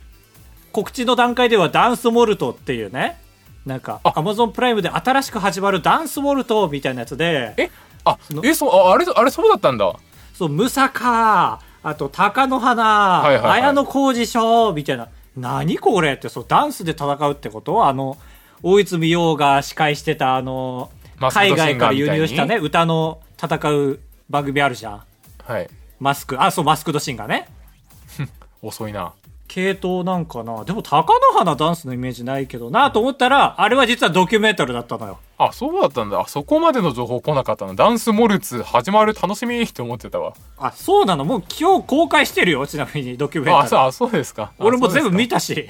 [SPEAKER 1] 告知の段階ではダンスモルトっていうねなんか
[SPEAKER 2] あ
[SPEAKER 1] アマゾンプライムで新しく始まるダンスモルトみたいなやつで
[SPEAKER 2] えあ
[SPEAKER 1] の
[SPEAKER 2] えそうああれあれそうだったんだ
[SPEAKER 1] そう、ムサカあと、鷹の花、
[SPEAKER 2] はいはいはい
[SPEAKER 1] 綾小路翔、みたいな。何これって、そう、ダンスで戦うってことあの、大泉洋が司会してた、あの、
[SPEAKER 2] マスクと
[SPEAKER 1] 海外から輸入した
[SPEAKER 2] シンガーみたい
[SPEAKER 1] ね、歌の戦う番組あるじゃん。
[SPEAKER 2] はい
[SPEAKER 1] マスク、あ、そう、マスクドシンガーね。
[SPEAKER 2] 遅いな
[SPEAKER 1] 系統なんかな。でも、鷹の花ダンスのイメージないけどなと思ったら、あれは実はドキュメンタルだったのよ。
[SPEAKER 2] あそうだったんだあそこまでの情報来なかったなダンスモルツ始まる楽しみって思ってたわ
[SPEAKER 1] あ、そうなのもう今日公開してるよ、ちなみに、ドキュメンタル。
[SPEAKER 2] あそうあそうですかあ
[SPEAKER 1] 俺も全部見
[SPEAKER 2] そ
[SPEAKER 1] たし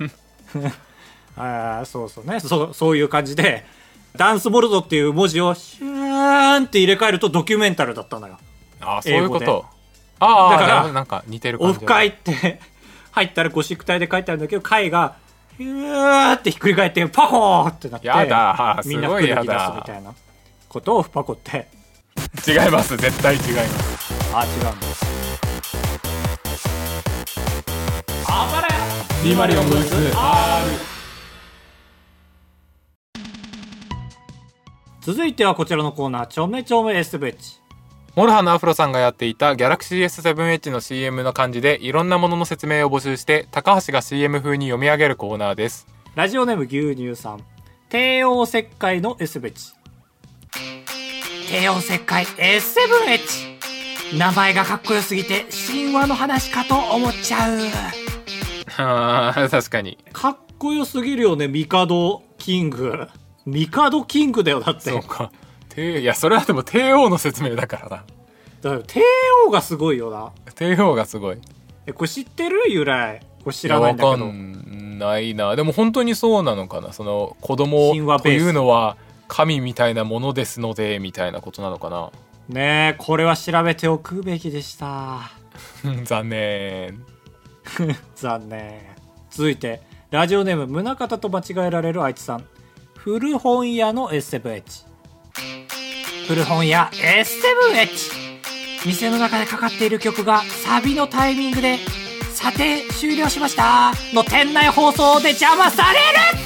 [SPEAKER 1] ああそうそうねそうそういう感じでダンスモルドっていう文字をシューンって入れ替えるとドキュメンタルだったのよ
[SPEAKER 2] うですかあそういうこ
[SPEAKER 1] 英語で
[SPEAKER 2] とああ
[SPEAKER 1] だから
[SPEAKER 2] なるほどなんか似てる感
[SPEAKER 1] オ
[SPEAKER 2] じ
[SPEAKER 1] フ
[SPEAKER 2] だ
[SPEAKER 1] 会って 入ったらゴシック体で書いてあるんだけど会がヒューってひっくり返ってパコーってなって
[SPEAKER 2] やだー
[SPEAKER 1] みんな
[SPEAKER 2] すご
[SPEAKER 1] 服脱ぎ
[SPEAKER 2] いや
[SPEAKER 1] 出
[SPEAKER 2] だ
[SPEAKER 1] すみたいなことをフパコって
[SPEAKER 2] 違い ます絶対違います
[SPEAKER 1] ああ違うんですあばれ
[SPEAKER 2] リマリオンブース
[SPEAKER 1] 続いてはこちらのコーナーちょめちょめエスベッチ
[SPEAKER 2] モルハのアフロさんがやっていたギャラクシー S7H の CM の漢字でいろんなものの説明を募集して高橋が CM 風に読み上げるコーナーです
[SPEAKER 1] ラジオネーム牛乳さん帝王切開の S ベチ帝王切開 S7H 名前がかっこよすぎて神話の話かと思っちゃう
[SPEAKER 2] あー確かに
[SPEAKER 1] かっこよすぎるよねミカドキングミカドキングだよだって
[SPEAKER 2] そうか帝いやそれはでも帝王の説明だからな
[SPEAKER 1] だから帝王がすごいよな
[SPEAKER 2] 帝王がすごい
[SPEAKER 1] えこれ知ってる由来これ知らないんだけ
[SPEAKER 2] いやわ
[SPEAKER 1] ど
[SPEAKER 2] かんないなでも本当にそうなのかなその子供
[SPEAKER 1] 神話
[SPEAKER 2] と
[SPEAKER 1] ベース
[SPEAKER 2] いうのは神みたいなものですのでみたいなことなのかな
[SPEAKER 1] ねえこれは調べておくべきでした
[SPEAKER 2] 残念
[SPEAKER 1] 残念続いてラジオネーム宗方と間違えられる愛知さん古本屋の S7H 古本屋 S7H 店の中でかかっている曲がサビのタイミングで「査定終了しました」の店内放送で邪魔される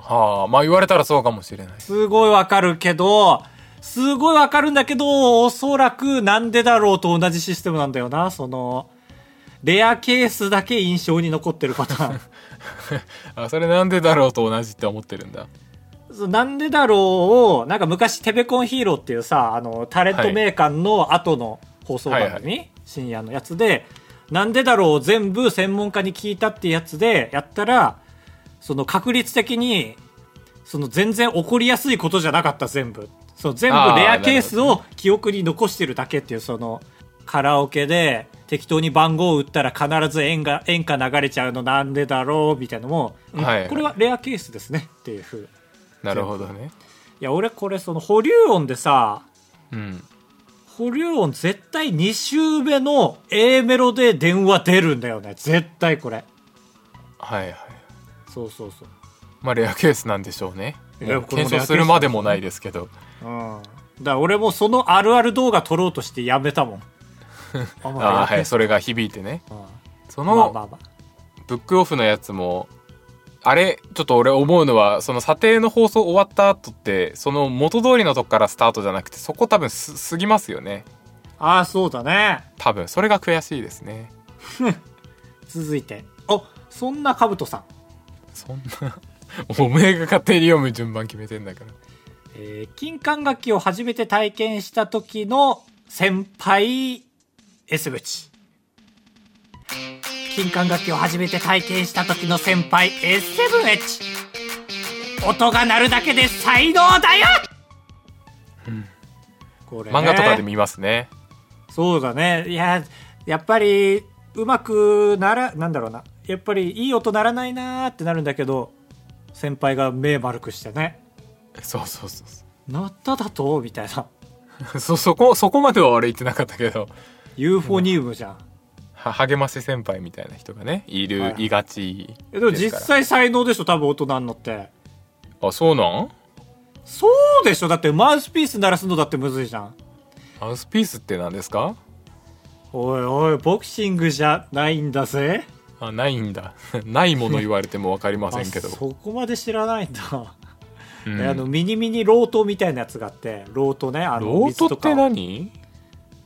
[SPEAKER 2] はあまあ言われたらそうかもしれない
[SPEAKER 1] すごいわかるけどすごいわかるんだけどおそらくなんでだろうと同じシステムなんだよなそのレアケースだけ印象に残ってるパターン
[SPEAKER 2] あそれなんでだろうと同じって思ってるんだ
[SPEAKER 1] そうなんでだろうを、なんか昔テベコンヒーローっていうさ、あの、タレント名鑑の後の放送番組、
[SPEAKER 2] はい
[SPEAKER 1] 深夜のやつで、なんでだろうを全部専門家に聞いたってやつでやったら、その確率的に、その全然起こりやすいことじゃなかった全部。その全部
[SPEAKER 2] あー
[SPEAKER 1] レアケースを記憶に残してるだけっていう、その、カラオケで適当に番号を打ったら必ず演歌演歌流れちゃうのなんでだろうみたいなのも、うん
[SPEAKER 2] はいはい
[SPEAKER 1] これはレアケースですねっていうふう
[SPEAKER 2] なるほどね
[SPEAKER 1] いや俺これその保留音でさ
[SPEAKER 2] うん
[SPEAKER 1] 保留音絶対2周目の A メロで電話出るんだよね絶対これ
[SPEAKER 2] はいはい
[SPEAKER 1] そうそうそう
[SPEAKER 2] まあレアケースなんでしょうね
[SPEAKER 1] いや
[SPEAKER 2] もう
[SPEAKER 1] これもレアケース
[SPEAKER 2] 検証するまでもないですけど
[SPEAKER 1] うんだから俺もそのあるある動画撮ろうとしてやめた もんあま
[SPEAKER 2] ああ
[SPEAKER 1] あ
[SPEAKER 2] はいそれが響いてね
[SPEAKER 1] うん
[SPEAKER 2] そ
[SPEAKER 1] まあまあ
[SPEAKER 2] の
[SPEAKER 1] まあ
[SPEAKER 2] ブックオフのやつもあれちょっと俺思うのはその査定の放送終わった後ってその元通りのとこからスタートじゃなくてそこ多分す過ぎますよね
[SPEAKER 1] ああそうだね
[SPEAKER 2] 多分それが悔しいですね
[SPEAKER 1] 続いておそんなかぶとさん
[SPEAKER 2] そんなおめえが勝手に読む順番決めて んだから
[SPEAKER 1] えー金管楽器を初めて体験した時の先輩 S ブチ金管楽器を初めて体験した時の先輩 S7H 音が鳴るだけで才能だよ、これね
[SPEAKER 2] 漫画とかで見ますね
[SPEAKER 1] そうだねいややっぱりうまくならなんだろうなやっぱりいい音鳴らないなーってなるんだけど先輩が目丸くしてね
[SPEAKER 2] そうそうそうそ
[SPEAKER 1] 鳴っただとみたいな
[SPEAKER 2] うそ そこそこまでは俺言ってなかったけど
[SPEAKER 1] ユーフォニウムじゃん。
[SPEAKER 2] は励まし先輩みたいな人がねいる、
[SPEAKER 1] はい
[SPEAKER 2] い、がち
[SPEAKER 1] えでも
[SPEAKER 2] す
[SPEAKER 1] 実
[SPEAKER 2] から
[SPEAKER 1] 際才能でしょ多分大人になって。
[SPEAKER 2] あそうなん
[SPEAKER 1] そうでしょだってマウスピース鳴らすのだってむずいじゃん。
[SPEAKER 2] マウスピースって何ですか
[SPEAKER 1] おいおい、ボクシングじゃないんだぜ。
[SPEAKER 2] あないんだ ないもの言われても分かりませんけど
[SPEAKER 1] あそこまで知らないんだ。
[SPEAKER 2] うん
[SPEAKER 1] であの、ミニミニロートみたいなやつがあって、ロートね、あの、
[SPEAKER 2] ロー
[SPEAKER 1] 水
[SPEAKER 2] ト
[SPEAKER 1] と
[SPEAKER 2] っ
[SPEAKER 1] か
[SPEAKER 2] て
[SPEAKER 1] を
[SPEAKER 2] 何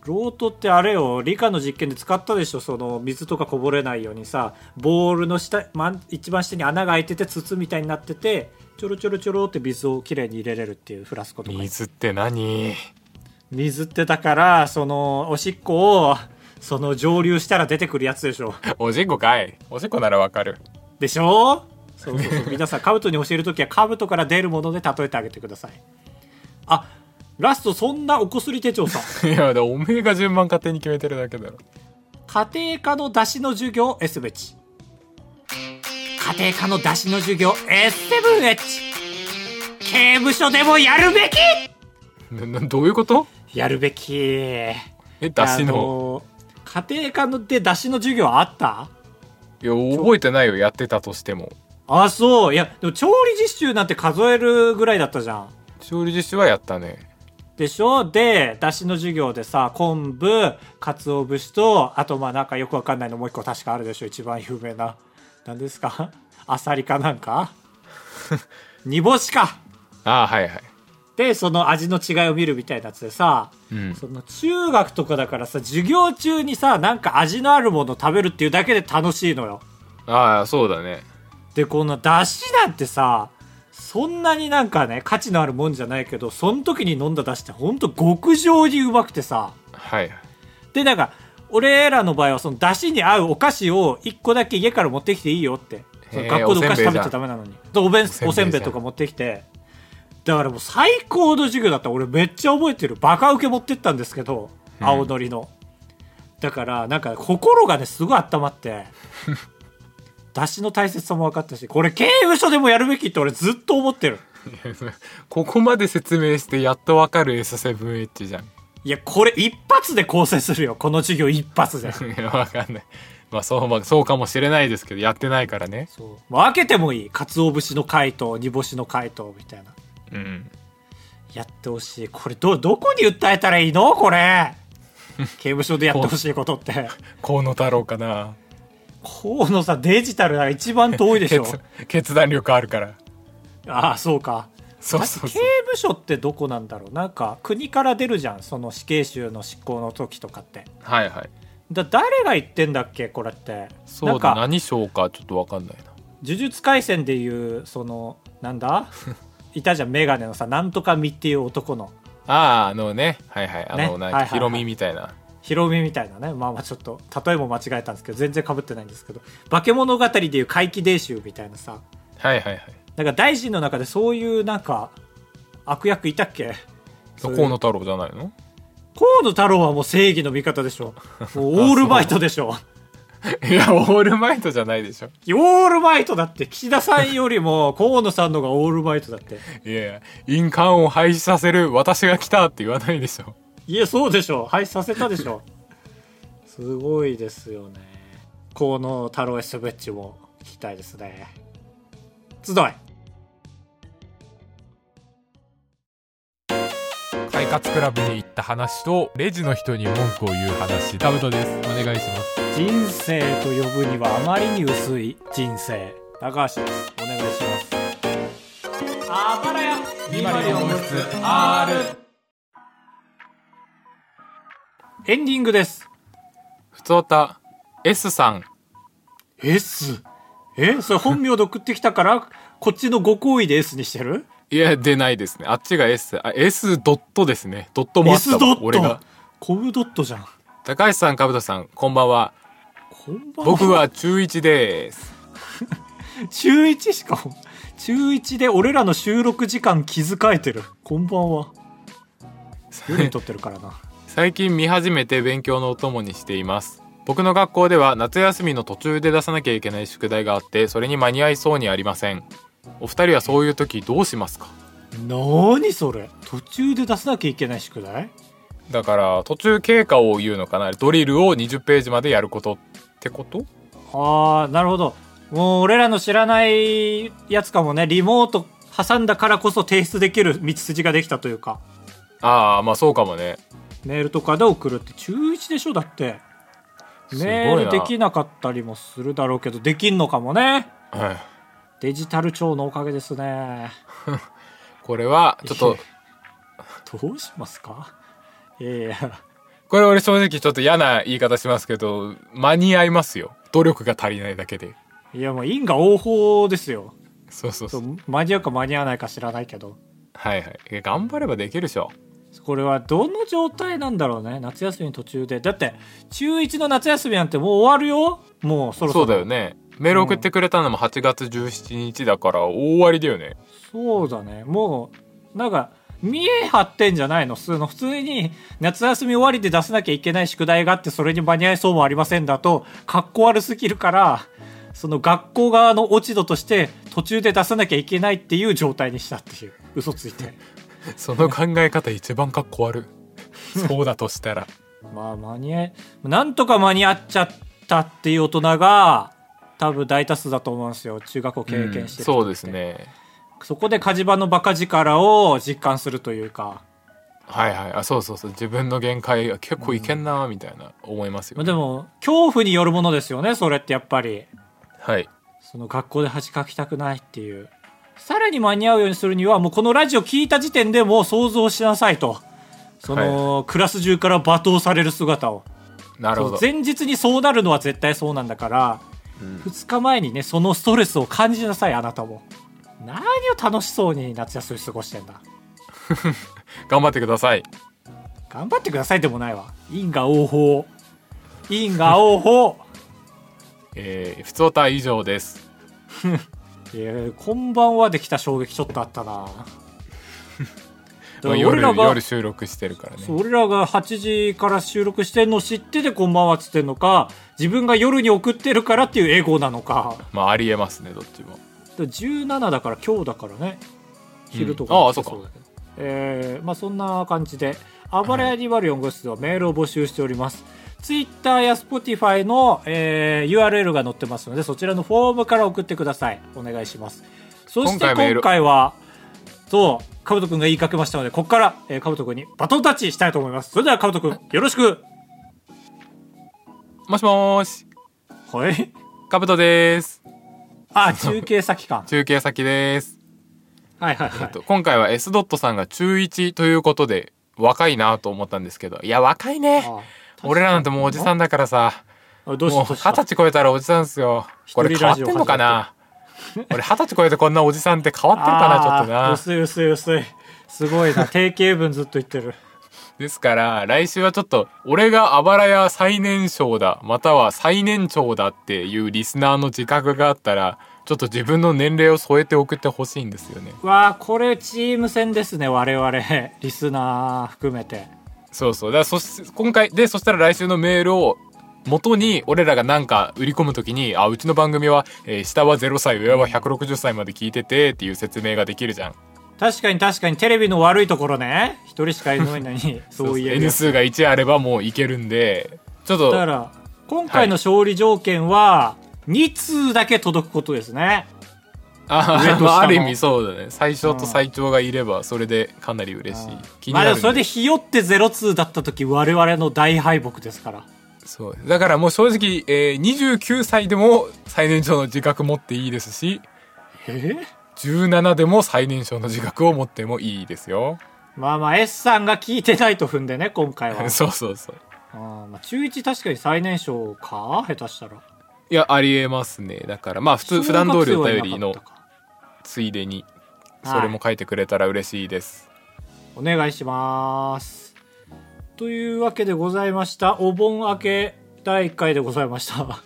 [SPEAKER 1] ロートってあれよ、理科の実験で使ったでしょその、水とかこぼれないようにさ、ボールの下、まん、一番下に穴が開いてて筒みたいになってて、ちょろちょろちょろって水をきれいに入れれるっていうフラスコとか。
[SPEAKER 2] 水って何
[SPEAKER 1] 水ってだからそのおしっこをその蒸留したら出てくるやつでしょ
[SPEAKER 2] おしっこかいおしっこなら分かる
[SPEAKER 1] でしょそうそうそう皆さんカブトに教える時はカブトから出るもので例えてあげてくださいあラストそんなおこすり手帳さん
[SPEAKER 2] いやだおめえが順番勝手に決めてるだけだろ
[SPEAKER 1] 家庭科の出しの授業 S ベチ家庭科の出しの授業 S7H 刑務所でもやるべき
[SPEAKER 2] ななどういうこと
[SPEAKER 1] やるべき
[SPEAKER 2] えだし
[SPEAKER 1] あ
[SPEAKER 2] の
[SPEAKER 1] の家庭科ので出しの授業あった
[SPEAKER 2] いや覚えてないよやってたとしても
[SPEAKER 1] あ、そう。いや、でも調理実習なんて数えるぐらいだったじゃん。
[SPEAKER 2] 調理実習はやったね
[SPEAKER 1] でしょで、出汁の授業でさ、昆布、鰹節と、あとまあなんかよくわかんないのもう一個確かあるでしょ一番有名な。何ですか アサリかなん か煮干しか。
[SPEAKER 2] ああはいはい
[SPEAKER 1] で、その味の違いを見るみたいなやつでさ、
[SPEAKER 2] うん
[SPEAKER 1] その中学とかだからさ、授業中にさ、なんか味のあるものを食べるっていうだけで楽しいのよ。
[SPEAKER 2] ああそうだね
[SPEAKER 1] でこの出汁なんてさそんなになんかね価値のあるもんじゃないけどその時に飲んだ出汁ってほんと極上にうまくてさ
[SPEAKER 2] はい
[SPEAKER 1] でなんか俺らの場合はその出汁に合うお菓子を1個だけ家から持ってきていいよってその
[SPEAKER 2] へー
[SPEAKER 1] 学校でお菓子食べ
[SPEAKER 2] おせんべいじゃ
[SPEAKER 1] ちゃ
[SPEAKER 2] ん
[SPEAKER 1] ダメなのにそうおべん
[SPEAKER 2] おせんべいじゃん
[SPEAKER 1] おせんべいとか持ってきてだからもう最高の授業だった俺めっちゃ覚えてるバカ受け持ってったんですけど
[SPEAKER 2] うん
[SPEAKER 1] 青のりの、だからなんか心がねすごい温まって出汁の大切さも分かったしこれ刑務所でもやるべきって俺ずっと思ってる
[SPEAKER 2] ここまで説明してやっとわかる S7H じゃん。
[SPEAKER 1] いやこれ一発で構成するよこの授業一発で
[SPEAKER 2] いやわかんない。まあそう、まあそうかもしれないですけど、やってないからね。
[SPEAKER 1] そう分けてもいい鰹節の回答煮干しの回答みたいな
[SPEAKER 2] うん。
[SPEAKER 1] やってほしいこれどどこに訴えたらいいのこ れ刑務所でやってほしいことって
[SPEAKER 2] 河野太郎かな。
[SPEAKER 1] 河野さんデジタルが一番遠いで しょ
[SPEAKER 2] 決決断力あるから。
[SPEAKER 1] ああそうか
[SPEAKER 2] そうそう
[SPEAKER 1] だって刑
[SPEAKER 2] そ
[SPEAKER 1] 務所ってどこなんだろうなんか国から出るじゃんその死刑囚の執行の時とかって
[SPEAKER 2] はいはい。
[SPEAKER 1] だ誰が言ってんだっけこれって
[SPEAKER 2] そ
[SPEAKER 1] なん
[SPEAKER 2] うだ、
[SPEAKER 1] か
[SPEAKER 2] 何章かちょっとわかんないな。
[SPEAKER 1] 呪術廻戦でいうそのなんだ いたじゃんメガネのさなんとかみっていう男の
[SPEAKER 2] ああ、あのね。はいはい。あの、
[SPEAKER 1] ね
[SPEAKER 2] なん
[SPEAKER 1] はいはいは
[SPEAKER 2] か、
[SPEAKER 1] い
[SPEAKER 2] ヒロミみたいな。
[SPEAKER 1] ヒロミみたいなねまあまあちょっと例えも間違えたんですけど全然かぶってないんですけど化け物語でいう怪奇伝習みたいなさ
[SPEAKER 2] はいはいはい。
[SPEAKER 1] なんか大臣の中でそういうなんか悪役いたっけそういう
[SPEAKER 2] 河野太郎じゃないの
[SPEAKER 1] 河野太郎はもう正義の味方でしょもうオールバイトでしょ
[SPEAKER 2] いや、オールマイトじゃないでしょ。
[SPEAKER 1] オールバイトだって岸田さんよりも河野さんのがオールバイトだって
[SPEAKER 2] いやいや、印鑑を廃止させる私が来たって言わないでしょ。
[SPEAKER 1] いやそうでしょ廃止させたでしょすごいですよね河野太郎 S ベッチも聞きたいですね集い
[SPEAKER 2] 快活クラブに行った話とレジの人に文句を言う話タブトですお願いします
[SPEAKER 1] 人生と呼ぶにはあまりに薄い人生高橋ですお願いしますあばらやエンディングです
[SPEAKER 2] ふつおた S さん
[SPEAKER 1] S えそれ本名で送ってきたから、こっちのご好意で S にしてる
[SPEAKER 2] いや、出ないですね。あっちが S。あ、S ドットですね。ドットもあった
[SPEAKER 1] ?S
[SPEAKER 2] わ
[SPEAKER 1] ド
[SPEAKER 2] 俺
[SPEAKER 1] ッ
[SPEAKER 2] が
[SPEAKER 1] ト。コブドットじゃん。
[SPEAKER 2] 高橋さん、かぶとさん、こんばんは。
[SPEAKER 1] こんばん
[SPEAKER 2] 僕は中1です。
[SPEAKER 1] 中1しかも中1で俺らの収録時間気遣えてるこんばんは夜に撮ってるからな
[SPEAKER 2] 最近見始めて勉強のお供にしています。僕の学校では夏休みの途中で出さなきゃいけない宿題があって、それに間に合いそうにありません。お二人はそういう時どうしますか
[SPEAKER 1] 何それ途中で出さなきゃいけない宿題
[SPEAKER 2] だから、途中経過を言うのかなドリルを20ページまでやることってこと
[SPEAKER 1] ああなるほどもう俺らの知らないやつかもねリモート挟んだからこそ提出できる道筋ができたというか
[SPEAKER 2] ああ、まあそうかもね。
[SPEAKER 1] メールとかで送るって中1でしょだって
[SPEAKER 2] すごいな
[SPEAKER 1] メールできなかったりもするだろうけどできんのかもね
[SPEAKER 2] はい。
[SPEAKER 1] デジタル庁のおかげですね
[SPEAKER 2] これは、ちょっと、
[SPEAKER 1] どうしますかいやいや
[SPEAKER 2] これ俺正直ちょっと嫌な言い方しますけど、間に合いますよ。努力が足りないだけで。
[SPEAKER 1] いやもう因果応報ですよ
[SPEAKER 2] そうそうそ。
[SPEAKER 1] そうう間に合うか間に合わないか知らないけど
[SPEAKER 2] はいはいえ。頑張ればできるでしょ。
[SPEAKER 1] これはどの状態なんだろうね夏休みの途中でだって中1の夏休みなんてもう終わるよもうそろそ
[SPEAKER 2] そ
[SPEAKER 1] ろ
[SPEAKER 2] うだよね。メール送ってくれたのも8月17日だから大終わりだよね。
[SPEAKER 1] そうだねもうなんか見え張ってんじゃないの普通の普通に夏休み終わりで出さなきゃいけない宿題があってそれに間に合いそうもありませんだとかっこ悪すぎるからその学校側の落ち度として途中で出さなきゃいけないっていう状態にしたっていう嘘ついて
[SPEAKER 2] その考え方一番かっこ悪 い。そうだとしたら。
[SPEAKER 1] まあ間に合いなんとか間に合っちゃったっていう大人が多分大多数だと思うんですよ中学校経験してる人って、
[SPEAKER 2] うんそうですね。
[SPEAKER 1] そこで火事場のバカ力を実感するというか
[SPEAKER 2] はいはい。あ、そうそうそう。自分の限界が結構いけんなみたいな思いますよ、
[SPEAKER 1] まあ、でも恐怖によるものですよねそれってやっぱり
[SPEAKER 2] はい。
[SPEAKER 1] その学校で恥かきたくないっていうさらに間に合うようにするにはもうこのラジオ聞いた時点でもう想像しなさいとその、クラス中から罵倒される姿を
[SPEAKER 2] なるほど。
[SPEAKER 1] 前日にそうなるのは絶対そうなんだから、2日前にねそのストレスを感じなさいあなたも何を楽しそうに夏休み過ごしてんだ
[SPEAKER 2] 頑張ってください。
[SPEAKER 1] 頑張ってくださいでもないわ因果応報因果応 報
[SPEAKER 2] えー、ふつおた以上です。
[SPEAKER 1] いやこんばんはできた衝撃ちょっとあったな
[SPEAKER 2] まあ
[SPEAKER 1] 俺
[SPEAKER 2] 夜
[SPEAKER 1] らが
[SPEAKER 2] 夜収録してるからね
[SPEAKER 1] そう俺らが8時から収録してんの知っててこんばんはっつってんのか自分が夜に送ってるからっていうエゴなのか
[SPEAKER 2] まあありえますねどっちも
[SPEAKER 1] で17だから今日だからね昼とか、
[SPEAKER 2] うんああそうか
[SPEAKER 1] だけどえーまあそんな感じで「あばれや204号室」ではメールを募集しております、ツイッターや Spotify の、えー URL が載ってますのでそちらのフォームから送ってくださいお願いしますそして
[SPEAKER 2] 今回メール
[SPEAKER 1] 今回はそうかぶとくんが言いかけましたのでここから、えー、かぶとくんにバトンタッチしたいと思いますそれではかぶとくんよろしく
[SPEAKER 2] もしもーし
[SPEAKER 1] はい
[SPEAKER 2] かぶとです
[SPEAKER 1] あ中継先 か
[SPEAKER 2] 中継先です、
[SPEAKER 1] はいはいは
[SPEAKER 2] え
[SPEAKER 1] い
[SPEAKER 2] っと、今回は S ドットさんが中1ということで若いなと思ったんですけどいや若いね
[SPEAKER 1] あ
[SPEAKER 2] 俺らなんてもうおじさんだからさ
[SPEAKER 1] あどうし
[SPEAKER 2] もう
[SPEAKER 1] たど
[SPEAKER 2] 二
[SPEAKER 1] うした
[SPEAKER 2] 十歳超えたらおじさんですよこれ
[SPEAKER 1] 一人
[SPEAKER 2] 変
[SPEAKER 1] ラ
[SPEAKER 2] わって
[SPEAKER 1] ジオ
[SPEAKER 2] んのかな俺二十歳超えてこんなおじさんって変わってるかなちょっと
[SPEAKER 1] あー
[SPEAKER 2] な
[SPEAKER 1] 薄い薄い薄いすごいな 定型文ずっと言ってる
[SPEAKER 2] ですから来週はちょっと俺があばらや最年少だまたは最年長だっていうリスナーの自覚があったらちょっと自分の年齢を添えて送ってほしいんですよね
[SPEAKER 1] わあこれチーム戦ですね我々リスナー含めて
[SPEAKER 2] そうそうだからそし今回でそしたら来週のメールを元に俺らがなんか売り込む時にあうちの番組は、えー下は0歳上は160歳まで聞いててっていう説明ができるじゃん
[SPEAKER 1] 確かに確かにテレビの悪いところね一人しかいないの にそういえる
[SPEAKER 2] N 数が1あればもういけるんでちょっ
[SPEAKER 1] だか
[SPEAKER 2] と
[SPEAKER 1] ら今回の勝利条件は2通だけ届くことですね
[SPEAKER 2] あ
[SPEAKER 1] 上と下
[SPEAKER 2] ー、
[SPEAKER 1] の
[SPEAKER 2] まあ、ある意味そうだね最小と最長がいればそれでかなり嬉しい、気に
[SPEAKER 1] まあ
[SPEAKER 2] な
[SPEAKER 1] で
[SPEAKER 2] るん
[SPEAKER 1] もそれでひよって0通だった時我々の大敗北ですから
[SPEAKER 2] そうだからもう正直、えー、29歳でも最年長の自覚持っていいですし
[SPEAKER 1] ええ
[SPEAKER 2] 17でも最年少の自覚を持ってもいいですよ
[SPEAKER 1] まあまあ S さんが聞いてないと踏んで ね今回は
[SPEAKER 2] そうそうそう
[SPEAKER 1] あーまあ、中1確かに最年少か下手したら
[SPEAKER 2] いやありえますねだからまあ普通普段通りお便りのついでにそれも書いてくれたら嬉しいです、
[SPEAKER 1] お願いしますというわけでございましたお盆明け第1回でございました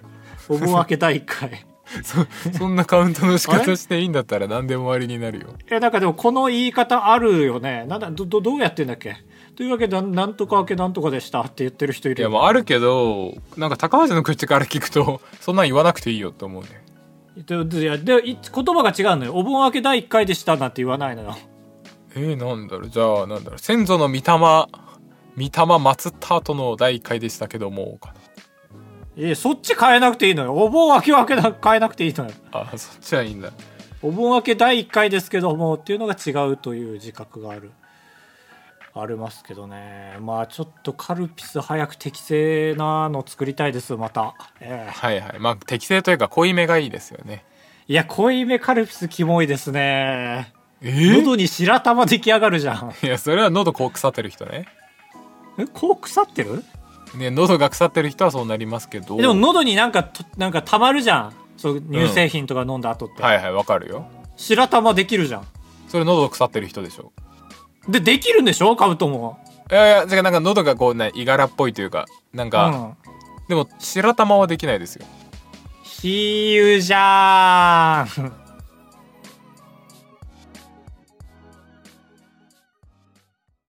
[SPEAKER 1] お盆明け第1回
[SPEAKER 2] そそんなカウントの仕
[SPEAKER 1] あれ
[SPEAKER 2] 方していいんだったら何でも終わりになるよ
[SPEAKER 1] えなんかでもこの言い方あるよねなんだどどどうやってんだっけというわけでなんなんとか明けなんとかでしたって言ってる人い
[SPEAKER 2] い
[SPEAKER 1] る
[SPEAKER 2] や
[SPEAKER 1] よ、
[SPEAKER 2] まああるけどなんか高橋の口から聞くと そんなん言わなくていいよと思うね
[SPEAKER 1] ででいやでい言葉が違うのよお盆明け第1回でしたなんて言わないのよ
[SPEAKER 2] えー、なんだろうじゃあなんだろう先祖の御霊御霊祀った後の第一回でしたけどもか
[SPEAKER 1] いやそっち変えなくていいのよお盆明けは明けな変えなくていいのよ
[SPEAKER 2] なあそっちはいいんだ
[SPEAKER 1] お盆明け第1回ですけどもっていうのが違うという自覚があるありますけどねまあちょっとカルピス早く適正なの作りたいですまた、ええ
[SPEAKER 2] はいはいまあ適正というか濃いめがいいですよね
[SPEAKER 1] いや濃いめカルピスキモいですね
[SPEAKER 2] え
[SPEAKER 1] 喉に白玉出来上がるじゃん
[SPEAKER 2] いやそれは喉こう腐ってる人ね
[SPEAKER 1] えこう腐ってる
[SPEAKER 2] ね喉が腐ってる人はそうなりますけど
[SPEAKER 1] でも喉になんかとなんかたまるじゃんそう乳製品とか飲んだ後って、
[SPEAKER 2] はいはいわかるよ
[SPEAKER 1] 白玉できるじゃん
[SPEAKER 2] それ喉腐ってる人でしょ
[SPEAKER 1] でできるんでしょカブトも
[SPEAKER 2] いやいやだからなんか喉がこうねいがらっぽいというかなん
[SPEAKER 1] う
[SPEAKER 2] か、
[SPEAKER 1] ん
[SPEAKER 2] でも白玉はできないですよ
[SPEAKER 1] 比喩じゃーん